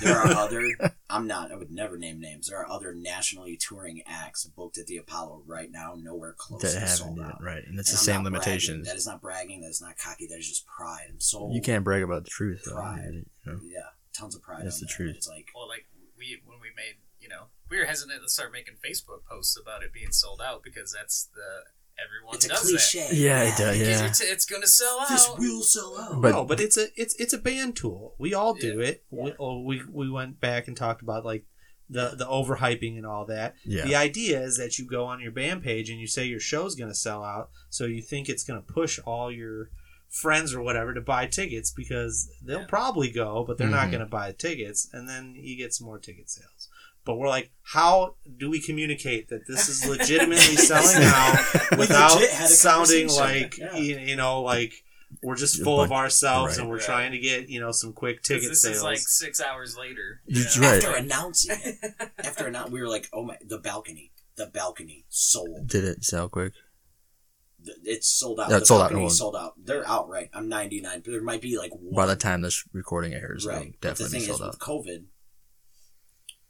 S5: there are other. I'm not. I would never name names. There are other nationally touring acts booked at the Apollo right now, nowhere close
S3: That
S5: to
S3: haven't
S5: sold
S3: yet,
S5: out.
S3: right? And it's
S5: And
S3: the
S5: I'm
S3: same
S5: not bragging.
S3: limitations.
S5: That is not bragging. That is not cocky. That is just pride. I'm so
S3: You can't brag about the truth. Though.
S5: Pride.
S3: You know?
S5: Yeah, tons of pride.
S3: That's
S5: on
S3: the
S5: that.
S3: truth.
S5: It's like
S6: well, like we when we made you know we were hesitant to start making Facebook posts about it being sold out because that's the everyone
S5: it's a
S6: does
S5: cliche.
S3: Yeah, it does.
S6: that.
S3: Yeah.
S6: It's, it's gonna sell out.
S5: This will sell out.
S3: But-
S4: no, but it's a it's it's a band tool. We all do it. We, oh, we we went back and talked about like the the overhyping and all that.
S3: Yeah.
S4: The idea is that you go on your band page and you say your show's going to sell out, so you think it's going to push all your friends or whatever to buy tickets because they'll
S6: Yeah.
S4: probably go, but they're not
S3: Mhm.
S4: going to buy tickets, and then you get some more ticket sales. But we're like, how do we communicate that this is legitimately selling out
S5: We
S4: without
S5: legit had a
S4: sounding
S5: conversation.
S4: like
S5: Yeah.
S4: you, you know like we're just
S3: A
S4: full of
S3: bunch-
S4: ourselves
S3: right.
S4: and we're
S6: Right.
S4: trying to get you know some quick
S6: 'Cause
S4: ticket
S6: this
S4: sales
S6: is like six hours later.
S3: That's
S6: you know?
S3: right.
S5: after announcing it, after annou- we were like, "Oh my, the balcony, the balcony sold.
S3: Did it sell quick?
S5: Th- It's sold out.
S3: Yeah,
S5: the
S3: it's sold out.
S5: balcony
S3: Well-
S5: sold out. They're out right. I'm 99. There might be like one.
S3: By the time this recording airs, it'll
S5: right. But the
S3: definitely
S5: thing
S3: be
S5: is,
S3: sold
S5: with
S3: out.
S5: COVID,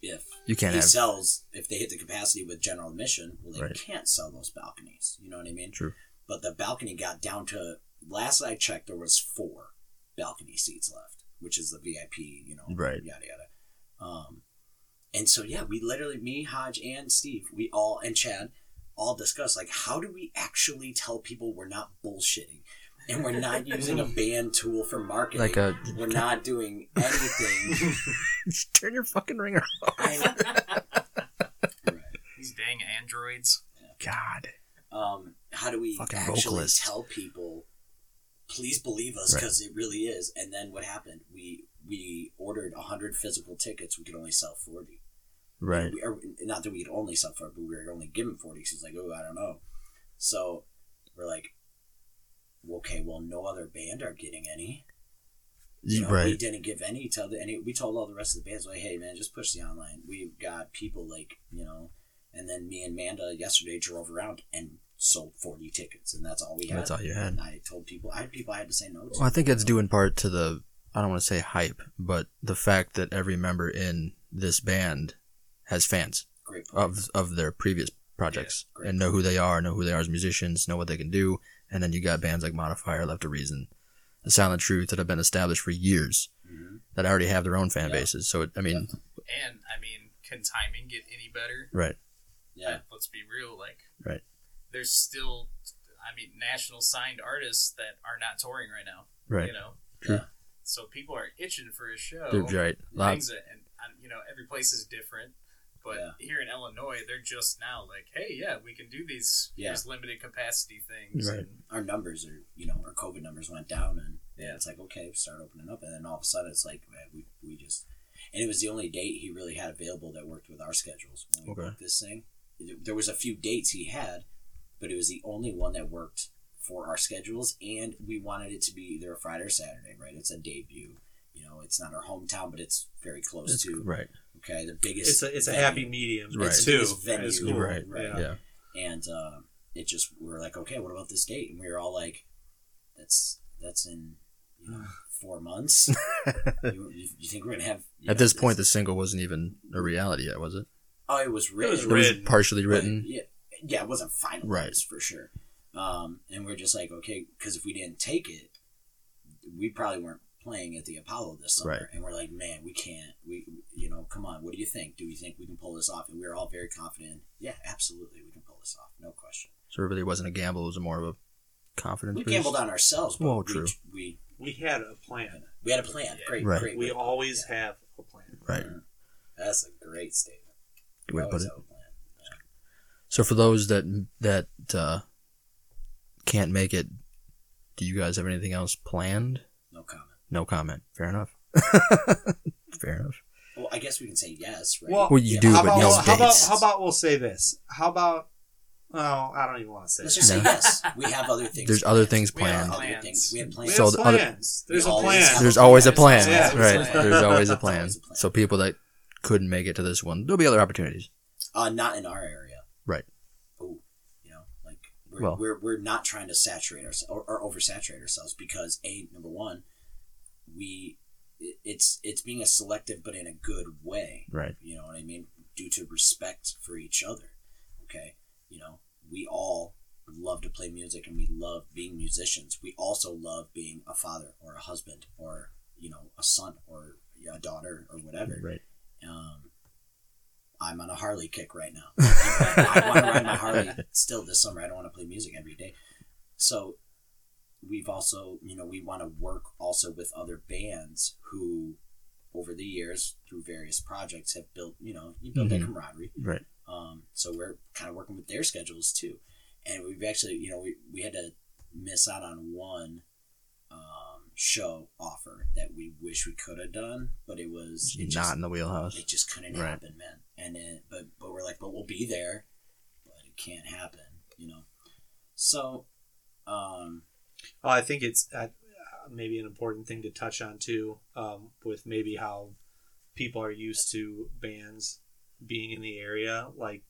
S5: if
S3: You can't
S5: he
S3: have
S5: sells, if they hit the capacity with general admission, well, they
S3: Right.
S5: can't sell those balconies. You know what I mean?
S3: True.
S5: But the balcony got down to last I checked, there was four balcony seats left, which is the VIP. You know,
S3: Right.
S5: Yada yada. Um, and so yeah, we literally me, Hodge, and Steve, we all and Chad all discussed like how do we actually tell people we're not bullshitting and we're not using a band tool for marketing.
S3: like a
S5: we're not doing anything.
S3: turn your fucking ringer.
S5: I- Right.
S6: These dang androids.
S3: God.
S5: um, how do we
S3: Fucking
S5: actually
S3: vocalist.
S5: tell people please believe us
S3: Right.
S5: because it really is and then what happened we we ordered 100 physical tickets we could only sell 40
S2: Right.
S5: We- or, not that we'd only sell for, but we were only given 40 because he's like, oh, I don't know. So we're like, okay, well, no other band are getting any. You know, We
S2: right.
S5: didn't give any to the, any. We told all the rest of the bands, like, hey, man, just push the online. We've got people like, you know, and then me and Manda yesterday drove around and sold 40 tickets, and that's all we had.
S2: That's all you had.
S5: And I told people, I had people I had to say no to.
S2: Well, I think that's due in part to the I don't want to say hype, but the fact that every member in this band has fans
S5: Great point.
S2: of of their previous projects
S5: great.
S2: and know who they are, know who they are as musicians, know what they can do, and then you got bands like Modifier, Left to Reason, The Silent Truth that have been established for years
S5: Mhm.
S2: that already have their own fan
S5: Yeah.
S2: bases. So it, I mean,
S6: And I mean, can timing get any better?
S2: right,
S5: Yeah.
S6: Let's be real. Like,
S2: Right.
S6: There's still, I mean, national signed artists that are not touring right now.
S2: right,
S6: You know.
S2: True.
S5: Yeah.
S6: So people are itching for a show.
S2: They're right,
S6: Things
S2: lots,
S6: that, and um, you know, every place is different. But
S5: Yeah.
S6: here in Illinois, they're just now like, hey, yeah, we can do these
S5: Yeah.
S6: these limited capacity things.
S2: Right.
S6: and-
S5: our numbers are you know our COVID numbers went down and yeah
S6: Yeah.
S5: it's like okay start opening up and then all of a sudden it's like man, we we just and it was the only date he really had available that worked with our schedules when we
S2: Okay.
S5: booked this thing there was a few dates he had but it was the only one that worked for our schedules and we wanted it to be either a Friday or Saturday right it's a debut you know it's not our hometown but it's very close
S2: It's-
S5: to
S2: right,
S5: okay the biggest
S4: It's a it's a
S5: venue.
S4: happy medium.
S2: Right.
S4: It's
S5: It's
S4: two.
S5: a venue.
S4: It's cool.
S2: Right.
S5: Right.
S4: Yeah.
S2: yeah,
S5: and uh, it just we were like, okay, what about this date? And we were all like, that's that's in you know four months. you, you, you think we're gonna have you
S2: At
S5: know,
S2: this point, the single wasn't even a reality yet, was it?
S5: oh, it was written,
S4: was
S2: It was
S4: Written.
S2: partially
S5: but
S2: written,
S5: yeah, yeah, it wasn't finalized
S2: Right.
S5: for sure. Um, and we're just like, okay, because if we didn't take it, we probably weren't playing at the Apollo this summer.
S2: Right.
S5: And we're like, man, we can't. We, you know, come on. What do you think? Do we think we can pull this off? And we were all very confident. Yeah, absolutely, we can pull this off. No question.
S2: so it really wasn't a gamble. It was more of a confidence.
S5: We
S2: boost.
S5: gambled on ourselves. But
S2: Well,
S5: we-
S2: true.
S5: We
S4: We had a plan.
S5: we had a plan. Great,
S2: Right.
S5: great.
S4: We
S5: great.
S4: always have a plan.
S2: right.
S5: That's a great statement.
S2: Good way to
S5: We always
S2: put it.
S5: have a plan.
S2: So for those that that uh, can't make it, do you guys have anything else planned?
S5: No comment.
S2: No comment. Fair enough. Fair enough.
S5: Well, I guess we can say yes, right?
S4: Well,
S2: Well, you do,
S4: how
S2: but
S4: about,
S2: no
S4: how about
S2: dates.
S4: how about we'll say this? How about? Oh, I don't even want to say.
S5: Let's
S4: This.
S5: just say
S2: No.
S5: yes. We have other things.
S2: There's other
S5: planned.
S2: things
S6: We have
S2: planned.
S5: Other
S6: Plans.
S5: things. We have
S4: We
S5: plans.
S4: have
S2: So the other-
S4: plans. There's a
S5: We always
S4: plan.
S5: have
S2: There's always a plan,
S4: Yeah.
S2: right? There's always a plan.
S5: Always a plan.
S2: So people that couldn't make it to this one, there'll be other opportunities.
S5: uh, not in our area.
S2: Right.
S5: Oh, you know, like we're,
S2: Well-
S5: we're, we're not trying to saturate ourselves or, or oversaturate ourselves because a number one, we it- it's it's being a selective but in a good way.
S2: Right.
S5: You know what I mean? Due to respect for each other. Okay. You know, we all love to play music and we love being musicians. We also love being a father or a husband or, you know, a son or a daughter or whatever.
S2: Right.
S5: Um, I'm on a Harley kick right now. I want to ride my Harley still this summer. I don't want to play music every day. So we've also, you know, we want to work also with other bands who, over the years, through various projects, have built, you know, you build
S2: Mhm.
S5: that camaraderie.
S2: Right.
S5: Um, so we're kind of working with their schedules too, and we've actually, you know, we, we had to miss out on one um, show offer that we wish we could have done, but it was it
S2: Not
S5: just,
S2: in the wheelhouse.
S5: it just couldn't
S2: Right.
S5: happen, man. And then, but but we're like, but we'll be there, but it can't happen, you know. So, um,
S4: Oh, I think it's uh, maybe an important thing to touch on too, um, with maybe how people are used to bands being in the area. Like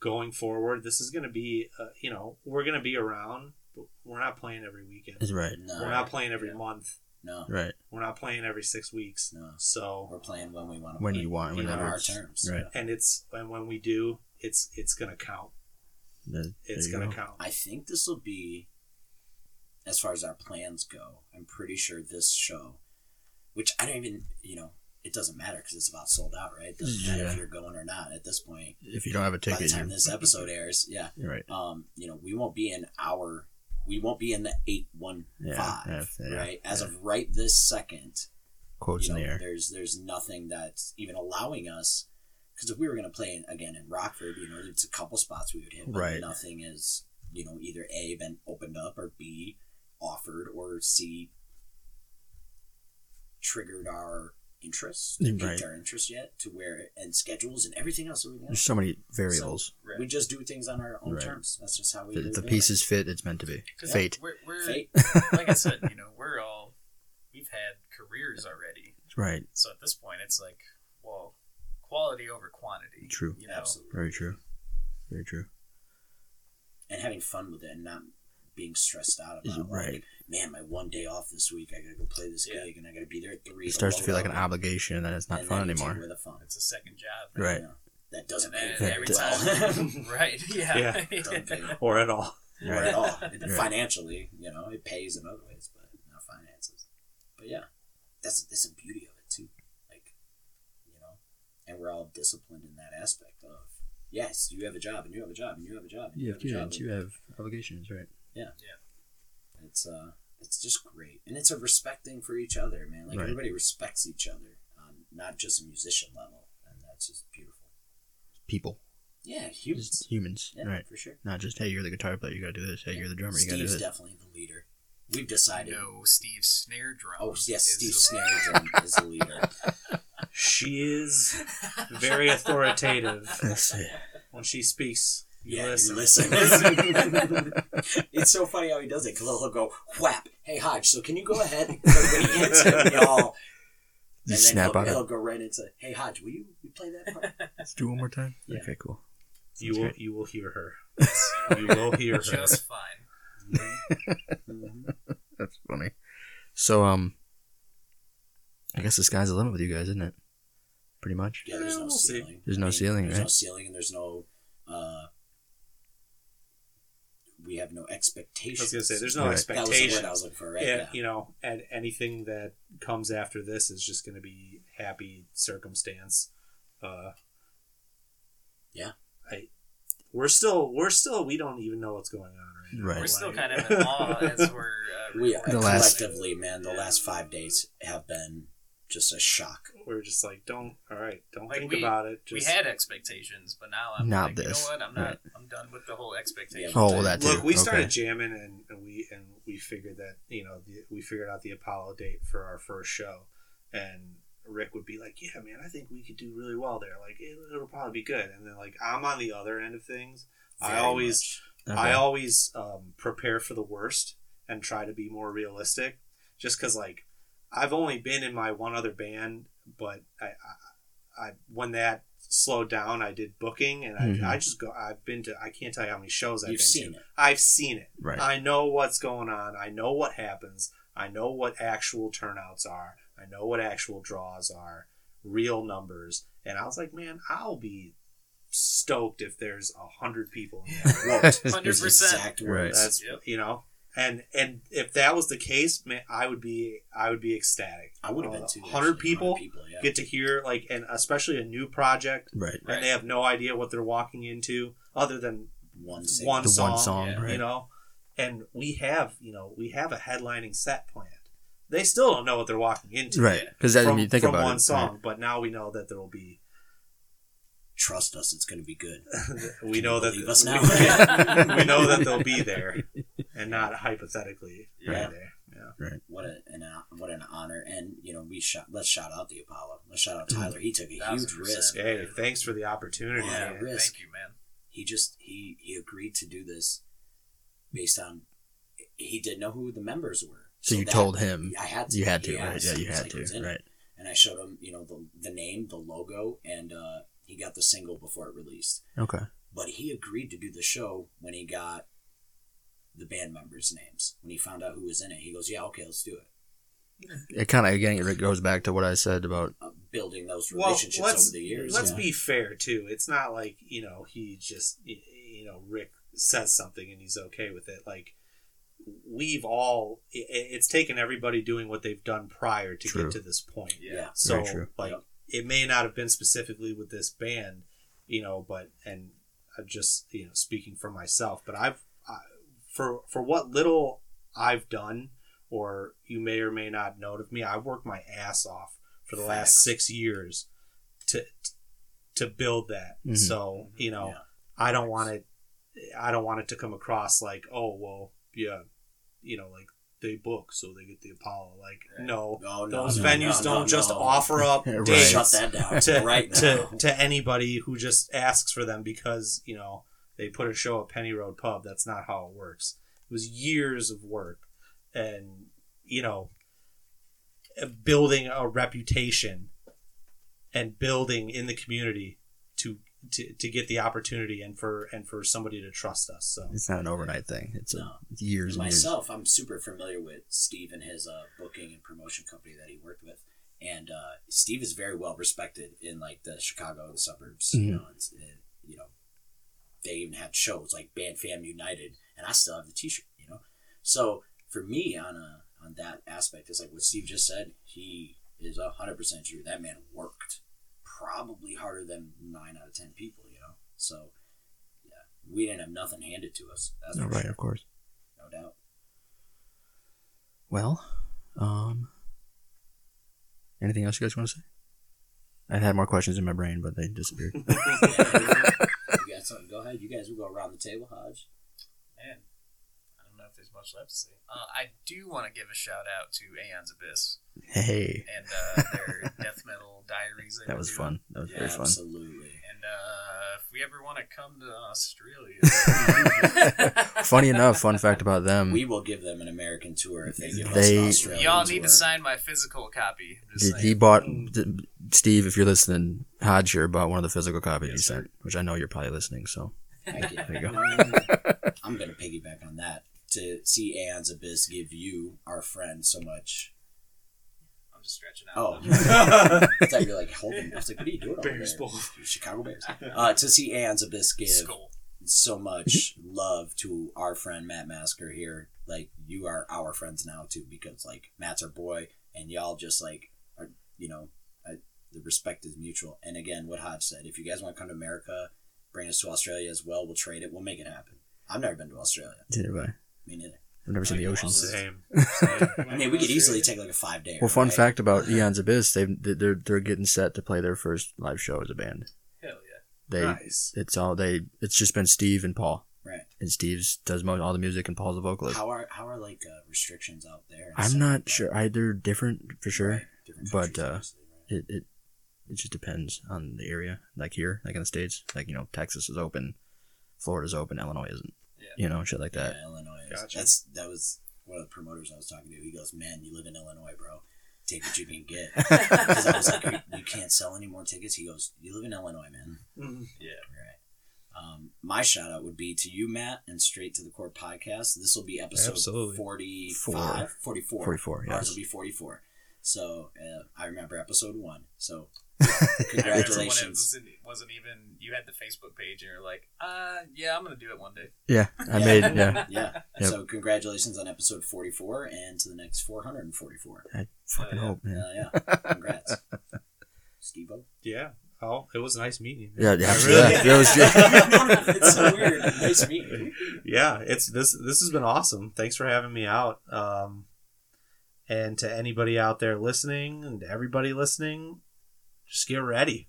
S4: going forward, this is going to be, uh, you know, we're going to be around, but we're not playing every weekend.
S2: Is right.
S5: no,
S4: We're not playing every
S5: Yeah.
S4: month.
S5: no,
S2: Right.
S4: We're not playing every six weeks.
S5: No.
S4: So,
S5: we're playing when we want to.
S2: When you want,
S5: on
S2: whenever
S5: our
S2: it's-
S5: terms,
S2: Right.
S4: and it's and when we do, it's it's going to count.
S2: There- there
S4: It's
S2: you
S4: going
S2: go.
S4: to count.
S5: I think this will be, as far as our plans go, I'm pretty sure this show, which I don't even, you know, it doesn't matter because it's about sold out, right? It doesn't matter
S2: Yeah.
S5: if you're going or not at this point.
S2: If you don't have a
S5: By the
S2: ticket,
S5: time
S2: you're,
S5: this episode airs, yeah,
S2: you're right.
S5: um, you know, we won't be in our, we won't be in the eight one
S2: Yeah,
S5: five,
S2: yeah, yeah,
S5: right? As
S2: yeah.
S5: of right this second,
S2: Quotes
S5: you
S2: in the
S5: know,
S2: air.
S5: there's there's nothing that's even allowing us. Because if we were going to play in- again in Rockford, you know, it's a couple spots we would hit, but
S2: Right.
S5: nothing is, you know, either A been opened up or B offered or C triggered our interests,
S2: Mm,
S3: Right.
S5: piqued our interest yet, to where and schedules and everything else. Everything
S3: There's
S5: else.
S3: so many variables.
S5: So we just do things on our own
S3: Right.
S5: terms. That's just how we.
S3: The,
S5: live
S3: the
S5: in.
S3: pieces fit. It's meant to be.
S6: 'Cause
S3: Fate.
S6: We're, we're,
S5: Fate.
S6: like I said, you know, we're all we've had careers already,
S3: Right.
S6: so at this point, it's like, well, quality over quantity.
S3: True.
S6: You know,
S5: Absolutely.
S3: Very true. Very true.
S5: and having fun with it and not being stressed out
S3: Is
S5: about
S3: right.
S5: like, man, my one day off this week, I gotta go play this
S6: Yeah.
S5: gig and I gotta be there at three.
S3: It starts to
S5: load
S3: feel like an
S5: up,
S3: obligation, and then it's not
S5: and
S3: fun
S5: then you take
S3: anymore.
S5: away the fun.
S6: it's a second job.
S3: Right.
S5: Yeah. That doesn't
S6: And
S5: pay
S6: then
S5: for
S6: every
S5: it at all.
S6: time, right? Yeah.
S5: Doesn't pay
S4: or
S5: for it
S4: at all.
S5: at all. It-
S3: Right.
S5: Financially, you know, it pays in other ways, but not finances. But yeah, that's that's the beauty of it too. Like, you know, and we're all disciplined in that aspect of yes, you have a job and you have a job and you have a job. and
S3: You have kids.
S5: and-
S3: You have obligations. Right.
S5: It's uh, it's just great, and it's a respect thing for each other, man. Like
S3: Right.
S5: everybody respects each other, um, not just a musician level, and that's just beautiful.
S3: People.
S5: Yeah,
S3: Just
S5: humans,
S3: humans.
S5: yeah,
S3: Right.
S5: for sure.
S3: Not just hey, you're the guitar player. You gotta do this. Hey, you're the drummer. You gotta do
S5: Steve's
S3: this.
S5: definitely the leader. We've decided.
S6: No, Steve's snare drum.
S5: Oh yes,
S6: is
S5: Steve
S6: the-
S5: Snare Drum is the leader.
S4: She is very authoritative
S3: That's it.
S4: when she speaks. You
S5: Yeah,
S4: listen.
S5: listen. it's so funny how he does it because he'll go whap. Hey Hodge, so can you go ahead? And Everybody hits him. We all.
S3: You
S5: and then
S3: snap
S5: he'll,
S3: out
S5: he'll
S3: it.
S5: go right into Hey Hodge, will you, you play that part?
S3: Let's do it one more time.
S5: Yeah.
S3: Okay, cool.
S4: You will.
S3: That's
S4: You will hear her. You will hear her.
S6: just fine.
S5: Mhm.
S3: That's funny. So um, I guess the sky's the limit with you guys, isn't it? Pretty much.
S5: Yeah, there's no
S4: We'll see.
S5: ceiling.
S3: There's no ceiling,
S5: There's no
S3: right?
S5: ceiling, and there's no. Uh, we have no expectations.
S4: I was gonna say there's no
S3: Right.
S5: That was the
S4: expectation.
S5: word I was looking for, right?
S4: and
S5: Yeah.
S4: you know, and anything that comes after this is just going to be happy circumstance. Uh,
S5: Yeah.
S4: I we're still we're still we don't even know what's going on right. now.
S3: Right.
S6: We're still
S4: Like-
S6: kind of in awe as we're. Uh,
S5: We
S6: recording.
S3: The last-
S5: collectively, man, the last five days have been just a shock.
S4: we're just like don't all right don't
S6: Like,
S4: think
S6: we-
S4: about it.
S6: we
S4: Just
S6: had expectations, but now I'm
S3: Not
S6: like,
S3: this.
S6: You know what? I'm not.
S3: Right.
S6: I'm done with the whole expectation.
S3: Oh, well, that too.
S4: look. We started
S3: Okay.
S4: jamming and, and we and we figured that you know the, we figured out the Apollo date for our first show, and Rick would be like, "Yeah, man, I think we could do really well there. Like it, it'll probably be good." And then like I'm on the other end of things. I
S5: Very
S4: always
S5: much.
S4: I
S3: Okay.
S4: always um, prepare for the worst and try to be more realistic. Just because, like, I've only been in my one other band, but I, I, I when that slowed down, I did booking, and I,
S3: Mhm.
S4: I just go. I've been to. I can't tell you how many shows I've
S5: You've
S4: been
S5: seen
S4: to.
S5: it.
S4: I've seen it.
S3: Right.
S4: I know what's going on. I know what happens. I know what actual turnouts are. I know what actual draws are, real numbers. And I was like, man, I'll be stoked if there's a hundred people in that room.
S5: His
S6: 100%.
S5: exact words.
S4: That's
S6: Yep.
S4: you know, and and if that was the case, man, I would be I would be ecstatic.
S5: I would have been too.
S4: Uh,
S5: actually.
S4: 100 people
S5: yeah.
S4: Get to hear like, and especially a new project,
S3: Right.
S6: Right.
S4: and they have no idea what they're walking into, other than
S5: one single-
S4: one
S3: The one
S4: song,
S3: song.
S6: yeah.
S3: Right.
S4: you know. And we have you know we have a headlining set planned. They still don't know what they're walking into.
S3: Right. Because
S4: From,
S3: I mean, think
S4: from
S3: about
S4: one
S3: it.
S4: song, but now we know that there will be.
S5: Trust us, it's going to be good.
S4: We know that
S5: Believe us now.
S4: we know that they'll be there, and not hypothetically be
S5: Yeah.
S4: there. Yeah.
S5: What a, an uh, what an honor, and you know we shot. Let's shout out the Apollo. Let's shout
S3: Mm.
S5: out Tyler. He took a huge
S6: 1000%.
S5: risk.
S4: Hey, thanks for the opportunity.
S5: Yeah.
S4: man.
S5: risk.
S6: Thank you, man.
S5: He just he he agreed to do this based on he didn't know who the members were.
S3: So you
S5: that-
S3: told him
S5: I had to.
S3: You had to.
S5: Yeah,
S3: Right. Yeah. You
S5: it's
S3: had
S5: like, it's
S3: to.
S5: in it.
S3: Right.
S5: And I showed him, you know, the the name, the logo, and uh, he got the single before it released.
S3: Okay.
S5: but he agreed to do the show when he got the band members' names. When he found out who was in it, he goes, "Yeah, okay, let's do it."
S3: It kind of again it goes back to what I said about
S5: Uh, building those
S4: Well,
S5: relationships
S4: let's-
S5: over the years.
S4: Let's
S5: yeah.
S4: be fair too. It's not like you know he just y- you know Rick says something and he's okay with it. Like we've all, i- i- it's taken everybody doing what they've done prior to
S3: True.
S4: get to this point.
S6: Yeah.
S5: Yeah.
S4: So
S3: Very true.
S4: like
S5: Yep.
S4: it may not have been specifically with this band, you know, but and I'm just you know speaking for myself, but I've I, for for what little I've done or you may or may not know of me, I've worked my ass off for the last 6 years to to build that.
S3: Mhm.
S4: So, you know,
S5: Yeah.
S4: I don't want it I don't want it to come across like, oh, well, yeah, you know, like they book, so they get the Apollo. Like, no,
S5: No, no,
S4: those
S5: no,
S4: venues
S5: no,
S4: don't
S5: no,
S4: just
S5: no.
S4: offer up
S2: Right.
S4: dates
S5: Shut that down
S4: to
S5: right now.
S4: to to anybody who just asks for them because you know they put a show at Penny Road Pub. That's not how it works. It was years of work, and you know, building a reputation and building in the community to to, to get the opportunity and for and for somebody to trust us. So
S2: It's not an overnight thing. It's, a,
S5: No.
S2: it's years and years.
S5: myself, I'm super familiar with Steve and his uh, booking and promotion company that he worked with. And uh, Steve is very well respected in like the Chicago and suburbs. You know, and, and, you know, they even had shows like Band Fam United, and I still have the T-shirt. You know, so for me on a on that aspect, it's like what Steve just said. He is hundred percent true. That man worked probably harder than nine out of ten people. You know, so yeah, we didn't have nothing handed to us. That's
S2: Oh,
S5: for
S2: right,
S5: sure,
S2: of course.
S5: no doubt.
S2: Well, um, anything else you guys want to say? I had more questions in my brain, but they disappeared.
S5: You got something? Go ahead. You guys will go around the table, Hodge.
S6: Man, I don't know if there's much left to say. Uh, I do want to give a shout out to Aeon's Abyss
S2: hey,
S6: and uh, their death metal diaries. They
S2: that
S6: were
S2: was
S6: doing.
S2: fun. That was very fun.
S5: Absolutely.
S6: And uh, if we ever want to come to Australia,
S2: Funny enough, fun fact about them.
S5: We will give them an American tour if they give us
S2: They-
S5: an Australian
S6: y'all need
S5: tour.
S6: to sign my physical copy. I'm just
S2: he,
S6: saying.
S2: he bought d- Steve. If you're listening, Hodge here bought one of the physical copies
S6: Yes,
S2: he
S6: sir.
S2: sent, which I know you're probably listening. So
S5: Thank you.
S2: there you go.
S5: I'm going to piggyback on that to see Anne's Abyss give you, our friend, so much.
S6: I'm just stretching out.
S5: Oh. I thought you were like holding. I was like, what are you doing? over
S4: Bears
S5: there?
S4: Bowl.
S5: Chicago Bears. Uh, to see Anne's Abyss give
S6: Skull.
S5: so much
S2: Mm-hmm.
S5: love to our friend Matt Masker here. Like you are our friends now too, because like Matt's our boy, and y'all just like are you know I, the respect is mutual. And again, what Hodge said: if you guys want to come to America, bring us to Australia as well. We'll trade it. We'll make it happen. I've never been to Australia.
S2: Neither have I.
S5: Me neither.
S2: I've never seen the ocean.
S4: same.
S5: I mean, we could easily take like a five day.
S2: Well, fun
S5: right?
S2: fact about Eon's Abyss, they they're they're getting set to play their first live show as a band.
S6: Hell yeah.
S2: They
S4: Nice.
S2: it's all they it's just been Steve and Paul.
S5: Right.
S2: and Steve's does mo- all the music and Paul's the vocalist.
S5: How are how are like uh, restrictions out there? and
S2: I'm
S5: stuff like
S2: not
S5: that?
S2: sure. I they're different for sure.
S5: Right, different
S2: but,
S5: countries,
S2: uh,
S5: obviously, right?
S2: It, it it just depends on the area. Like here, like in the states, like you know Texas is open, Florida's open, Illinois isn't.
S6: Yeah.
S2: You know shit like that.
S5: Yeah, Illinois. is-
S4: Gotcha.
S5: That's that was one of the promoters I was talking to. He goes, "Man, you live in Illinois, bro. Take what you can get." 'Cause I was like, "Are you, "You can't sell any more tickets." He goes, "You live in Illinois, man."
S4: Mm-hmm.
S5: Right. Um, my shout out would be to you, Matt, and straight to the core podcast. This will be episode
S4: Absolutely.
S2: Four.
S5: 45, 44.
S2: 44,
S5: Ours
S2: yes.
S5: will be 44. So uh, I remember episode one. So
S6: Everyone that
S5: congratulations.
S6: wasn't, wasn't even. You had the Facebook page, and you're like, uh, yeah, I'm gonna do it one day.
S2: Yeah, I
S5: Yeah.
S2: made yeah.
S5: yeah.
S2: Yep.
S5: So congratulations on episode 44 and to the next 444.
S2: I fucking
S6: Yeah.
S2: hope, Oh, man.
S5: Uh, yeah. Congrats. Steve
S4: Yeah. Oh, it was nice meeting you. man.
S2: Yeah, yeah,
S4: I
S2: after
S4: really-
S2: that, that was
S5: it's so weird. Nice meeting you.
S4: yeah it's this this has been awesome thanks for having me out um and to anybody out there listening and to everybody listening just get ready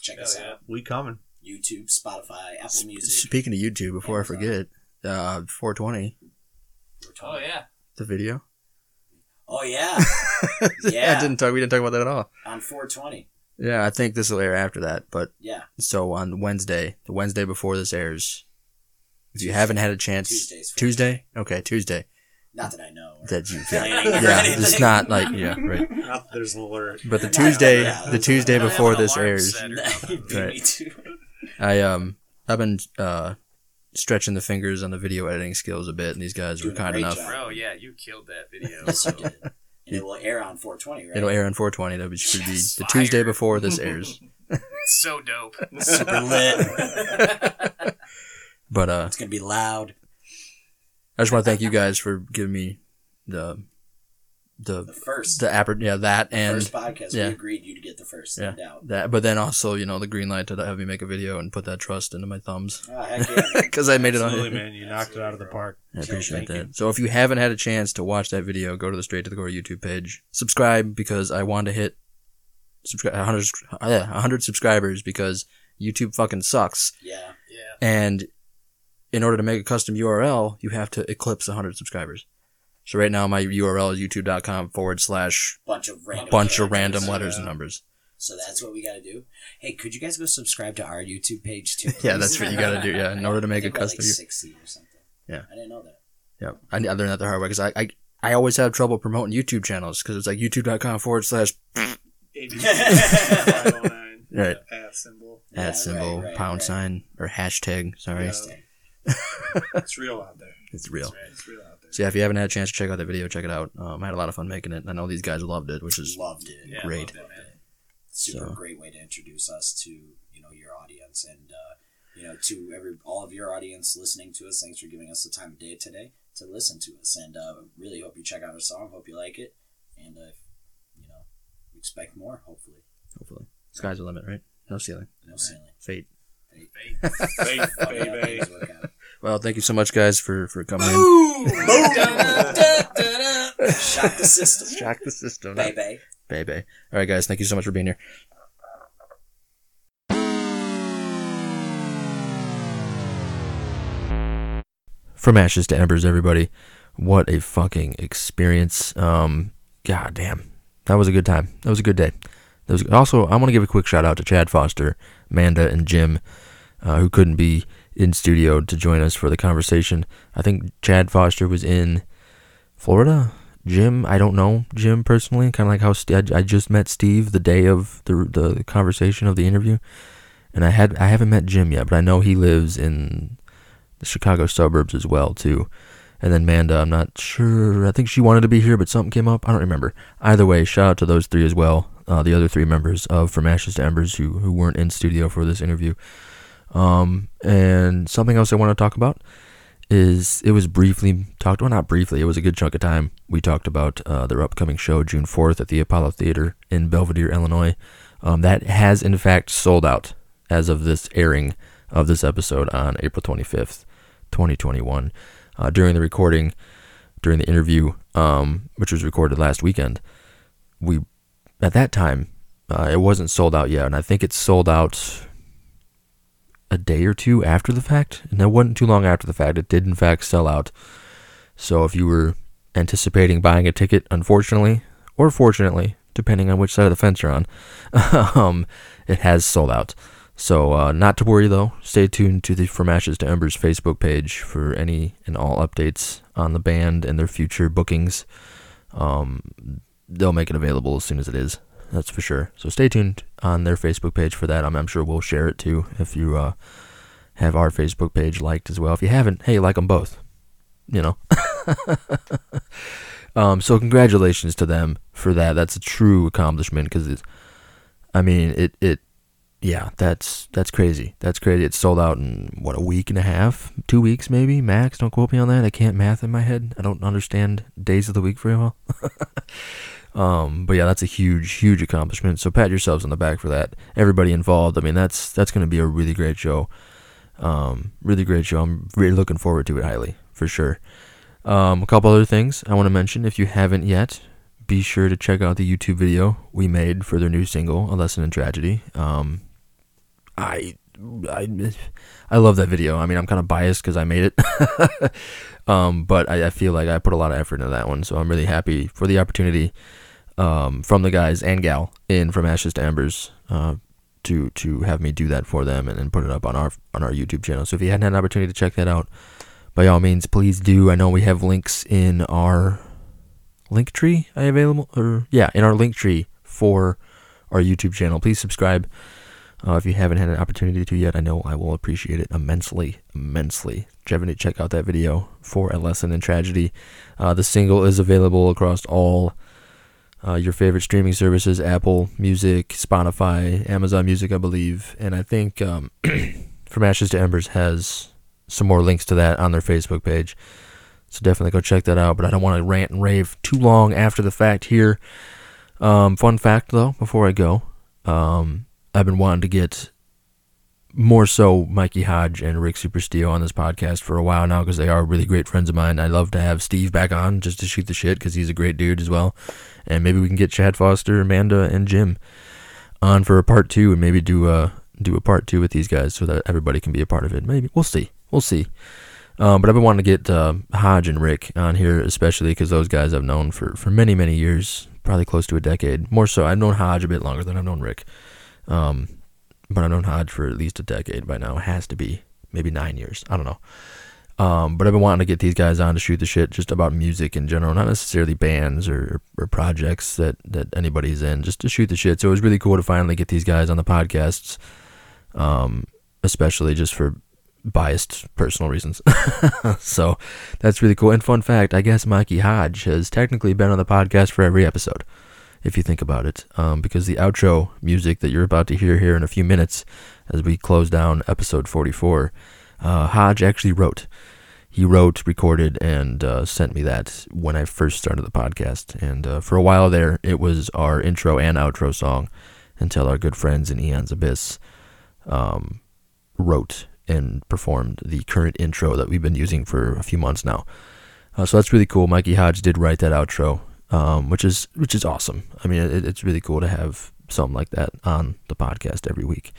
S5: Check
S4: Oh,
S6: Hell
S5: us
S6: yeah. Oh,
S5: out.
S4: we coming
S5: YouTube, Spotify, Apple
S2: good.
S5: Music.
S2: Speaking of YouTube, before I
S5: Amazon.
S2: forget, uh, 420
S5: We're
S6: Oh
S5: talking-
S6: yeah.
S2: the video.
S5: Oh yeah.
S2: I
S5: Yeah.
S2: didn't talk. We didn't talk about that at all.
S5: On 420.
S2: Yeah, I think this will air after that, but
S5: Yeah.
S2: So on Wednesday, the Wednesday before this airs, if you haven't had a chance,
S5: Tuesdays.
S2: Tuesday, okay, Tuesday.
S5: Not that I know. or
S2: That you, yeah,
S5: planning or
S2: yeah
S5: anything.
S2: it's not like yeah, right.
S4: Not that there's an alert
S2: But the Tuesday, the Tuesday
S6: I don't have
S2: before
S6: an
S2: this
S6: alarm
S2: airs,
S6: set or
S5: You
S6: nothing.
S5: beat me
S2: Right.
S5: to-
S2: I um, I've been uh, stretching the fingers on the video editing skills a bit, and these guys were
S5: Doing a
S2: kind
S5: great
S2: enough.
S5: job.
S6: Bro, yeah, you killed that video.
S5: Yes,
S6: So.
S5: you did. And it will air on 420, right?
S2: It'll air on 420. That should be
S6: Yes,
S2: the Tuesday
S6: fire.
S2: before this airs.
S6: so dope.
S5: Super lit.
S2: But uh,
S5: It's gonna be loud.
S2: I just want to thank you guys for giving me the
S5: The
S2: the
S5: first,
S2: the appar- yeah that and
S5: first podcast,
S2: yeah.
S5: we agreed you to get the first.
S2: Yeah.
S5: No doubt.
S2: that but then also you know the green light to have me make a video and put that trust into my thumbs
S5: Oh, heck yeah. man.
S2: because i made it on
S4: absolutely man you knocked it out of the park
S2: i appreciate
S4: Thank you.
S2: that so if you haven't had a chance to watch that video go to the straight to the core youtube page subscribe because i want to hit subscri- 100, subscri- uh, yeah, 100 subscribers because youtube fucking sucks
S5: yeah.
S6: Yeah.
S2: and in order to make a custom url you have to eclipse 100 subscribers
S3: So right now my URL is youtube.com forward slash
S5: Bunch of random.
S3: bunch of
S5: characters.
S3: random letters and numbers.
S5: So that's what we got to do. Hey, could you guys go subscribe to our YouTube page too?
S3: Yeah, that's what you gotta do, yeah, in order to make a
S5: custom.
S3: custom-
S5: sixty or something.
S3: Yeah.
S5: I didn't know that.
S3: Yeah, I, I learned that the hard way because I, I I always have trouble promoting YouTube channels because it's like youtube.com forward slash
S4: ABC509
S3: right
S4: at oh uh, symbol.
S5: Yeah,
S3: at symbol
S5: right, right,
S3: pound
S5: right.
S3: sign or hashtag. Sorry,
S4: Yeah.
S5: Hashtag.
S4: It's real out there.
S3: it's real.
S4: It's real out there.
S3: So yeah, if you haven't had a chance to check out that video, check it out. Um, I had a lot of fun making it. I know these guys loved it, which is
S5: Loved it.
S6: Yeah,
S3: Great.
S6: love that, man.
S5: super
S3: So-
S5: great way to introduce us to you know your audience and uh, you know to every all of your audience listening to us thanks for giving us the time of day today to listen to us and uh, really hope you check out our song hope you like it and uh, you know expect more hopefully
S3: hopefully sky's the limit, right? No ceiling,
S5: no ceiling
S3: fate.
S4: Faith,
S5: Hope you have
S4: baby.
S5: things work out.
S3: Well, thank you so much, guys, for for coming in.
S5: shock the system
S3: Shock the system,
S5: baby
S3: baby. All right, guys, thank you so much for being here.
S2: From ashes to embers, everybody. What a fucking experience. Um, God damn. That was a good time. That was a good day. That was, also, I want to give a quick shout out to Chad Foster, Amanda, and Jim, uh, who couldn't be in studio to join us for the conversation. I think Chad Foster was in Florida. Jim, I don't know Jim personally. Kind of like how St- I, I just met Steve the day of the the conversation of the interview, and I had I haven't met Jim yet, but I know he lives in the Chicago suburbs as well too. And then Manda, I'm not sure. I think she wanted to be here, but something came up. I don't remember. Either way, shout out to those three as well. Uh, the other three members of From Ashes to Embers who who weren't in studio for this interview. Um, and something else I want to talk about is it was briefly talked. Well, not briefly. It was a good chunk of time. We talked about uh, their upcoming show June 4th at the Apollo Theater in Belvedere, Illinois. Um, that has in fact sold out as of this airing of this episode on April 25th, 2021. Uh, during the recording, during the interview, um, which was recorded last weekend, we at that time uh, it wasn't sold out yet, and I think it sold out a day or two after the fact, and that wasn't too long after the fact. It did in fact sell out. So if you were anticipating buying a ticket, unfortunately or fortunately, depending on which side of the fence you're on, um, it has sold out. So uh, not to worry though. Stay tuned to the From Ashes to Embers Facebook page for any and all updates on the band and their future bookings. Um, they'll make it available as soon as it is. That's for sure. So stay tuned on their Facebook page for that. I'm, I'm sure we'll share it too if you uh, have our Facebook page liked as well. If you haven't, hey, like them both. You know. um, so congratulations to them for that. That's a true accomplishment because, I mean, it it yeah, that's that's crazy. That's crazy. It's sold out in what a week and a half, two weeks maybe max. Don't quote me on that. I can't math in my head. I don't understand days of the week very well. um, but yeah, that's a huge, huge accomplishment. So pat yourselves on the back for that. Everybody involved. I mean, that's that's going to be a really great show. Um, really great show. I'm really looking forward to it highly for sure. Um, a couple other things I want to mention. If you haven't yet, be sure to check out the YouTube video we made for their new single, "A Lesson in Tragedy." Um, I, I, I love that video. I mean, I'm kind of biased because I made it, um, but I, I feel like I put a lot of effort into that one, so I'm really happy for the opportunity um, from the guys and gal in From Ashes to Embers uh, to to have me do that for them and, and put it up on our on our YouTube channel. So if you hadn't had an opportunity to check that out, by all means, please do. I know we have links in our link tree available, or yeah, in our link tree for our YouTube channel. Please subscribe. Uh, if you haven't had an opportunity to yet, I know I will appreciate it immensely, immensely. Definitely check out that video for a lesson in tragedy. Uh, the single is available across all uh, your favorite streaming services: Apple Music, Spotify, Amazon Music, I believe. And I think um, From Ashes to Embers has some more links to that on their Facebook page. So definitely go check that out. But I don't want to rant and rave too long after the fact here. Um, fun fact though, before I go, um, I've been wanting to get more so Mikey Hodge and Rick Supersteel on this podcast for a while now because they are really great friends of mine. I love to have Steve back on just to shoot the shit because he's a great dude as well. And maybe we can get Chad Foster, Amanda, and Jim on for a part two and maybe uh, do a do a part two with these guys so that everybody can be a part of it. Maybe we'll see. We'll see. Um, but I've been wanting to get uh, Hodge and Rick on here, especially because those guys I've known for, for many, many years, probably close to a decade. More so, I've known Hodge a bit longer than I've known Rick. Um, but I've known Hodge for at least a decade by now. Has to be maybe nine years. I don't know. Um, but I've been wanting to get these guys on to shoot the shit just about music in general, not necessarily bands or, or projects that, that anybody's in, just to shoot the shit. So it was really cool to finally get these guys on the podcasts, um, especially just for biased personal reasons. so that's really cool. And fun fact, I guess Mikey Hodge has technically been on the podcast for every episode, if you think about it, um, because the outro music that you're about to hear here in a few minutes, as we close down episode 44, uh, Hodge actually wrote. He wrote, recorded, and uh, sent me that when I first started the podcast. And uh, for a while there, it was our intro and outro song until our good friends in Eon's Abyss um, wrote and performed the current intro that we've been using for a few months now. Uh, so that's really cool. Mikey Hodge did write that outro, um, which is which is awesome. I mean, it, it's really cool to have something like that on the podcast every week.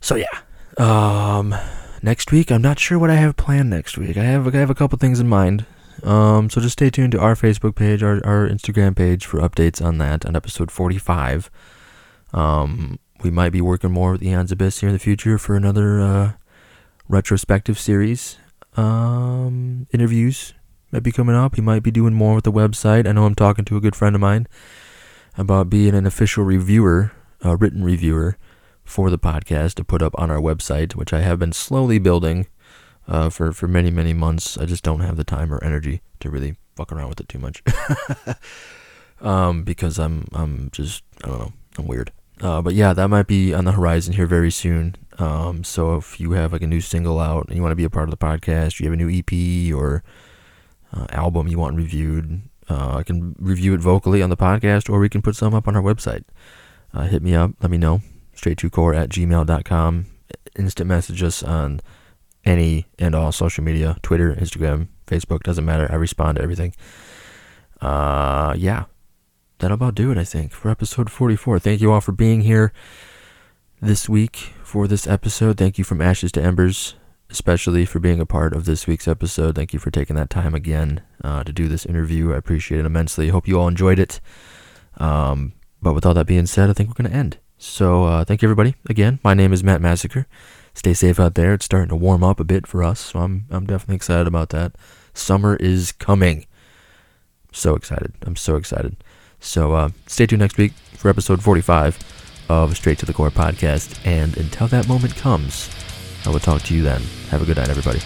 S2: So yeah, um, next week I'm not sure what I have planned next week. I have I have a couple things in mind. Um, so just stay tuned to our Facebook page, our, our Instagram page for updates on that on episode 45. Um, we might be working more with Eon's Abyss here in the future for another uh, retrospective series. Um, interviews might be coming up. He might be doing more with the website. I know I'm talking to a good friend of mine about being an official reviewer, a written reviewer for the podcast to put up on our website, which I have been slowly building uh, for for many many months. I just don't have the time or energy to really fuck around with it too much. um, because I'm I'm just I don't know I'm weird. Uh, but yeah, that might be on the horizon here very soon. Um, so if you have like a new single out and you want to be a part of the podcast, you have a new EP or uh, album you want reviewed, uh, I can review it vocally on the podcast or we can put some up on our website. Uh, hit me up, let me know. Straight to core at gmail.com. Instant message us on any and all social media Twitter, Instagram, Facebook, doesn't matter. I respond to everything. Uh, yeah that'll about do it, I think, for episode 44. Thank you all for being here this week for this episode. Thank you from Ashes to Embers, especially for being a part of this week's episode. Thank you for taking that time again uh, to do this interview. I appreciate it immensely. Hope you all enjoyed it. Um, but with all that being said, I think we're going to end. So uh, thank you, everybody. Again, my name is Matt Massacre. Stay safe out there. It's starting to warm up a bit for us, so I'm, I'm definitely excited about that. Summer is coming. So excited. I'm so excited. So uh, stay tuned next week for episode 45 of Straight to the Core podcast. And until that moment comes, I will talk to you then. Have a good night, everybody.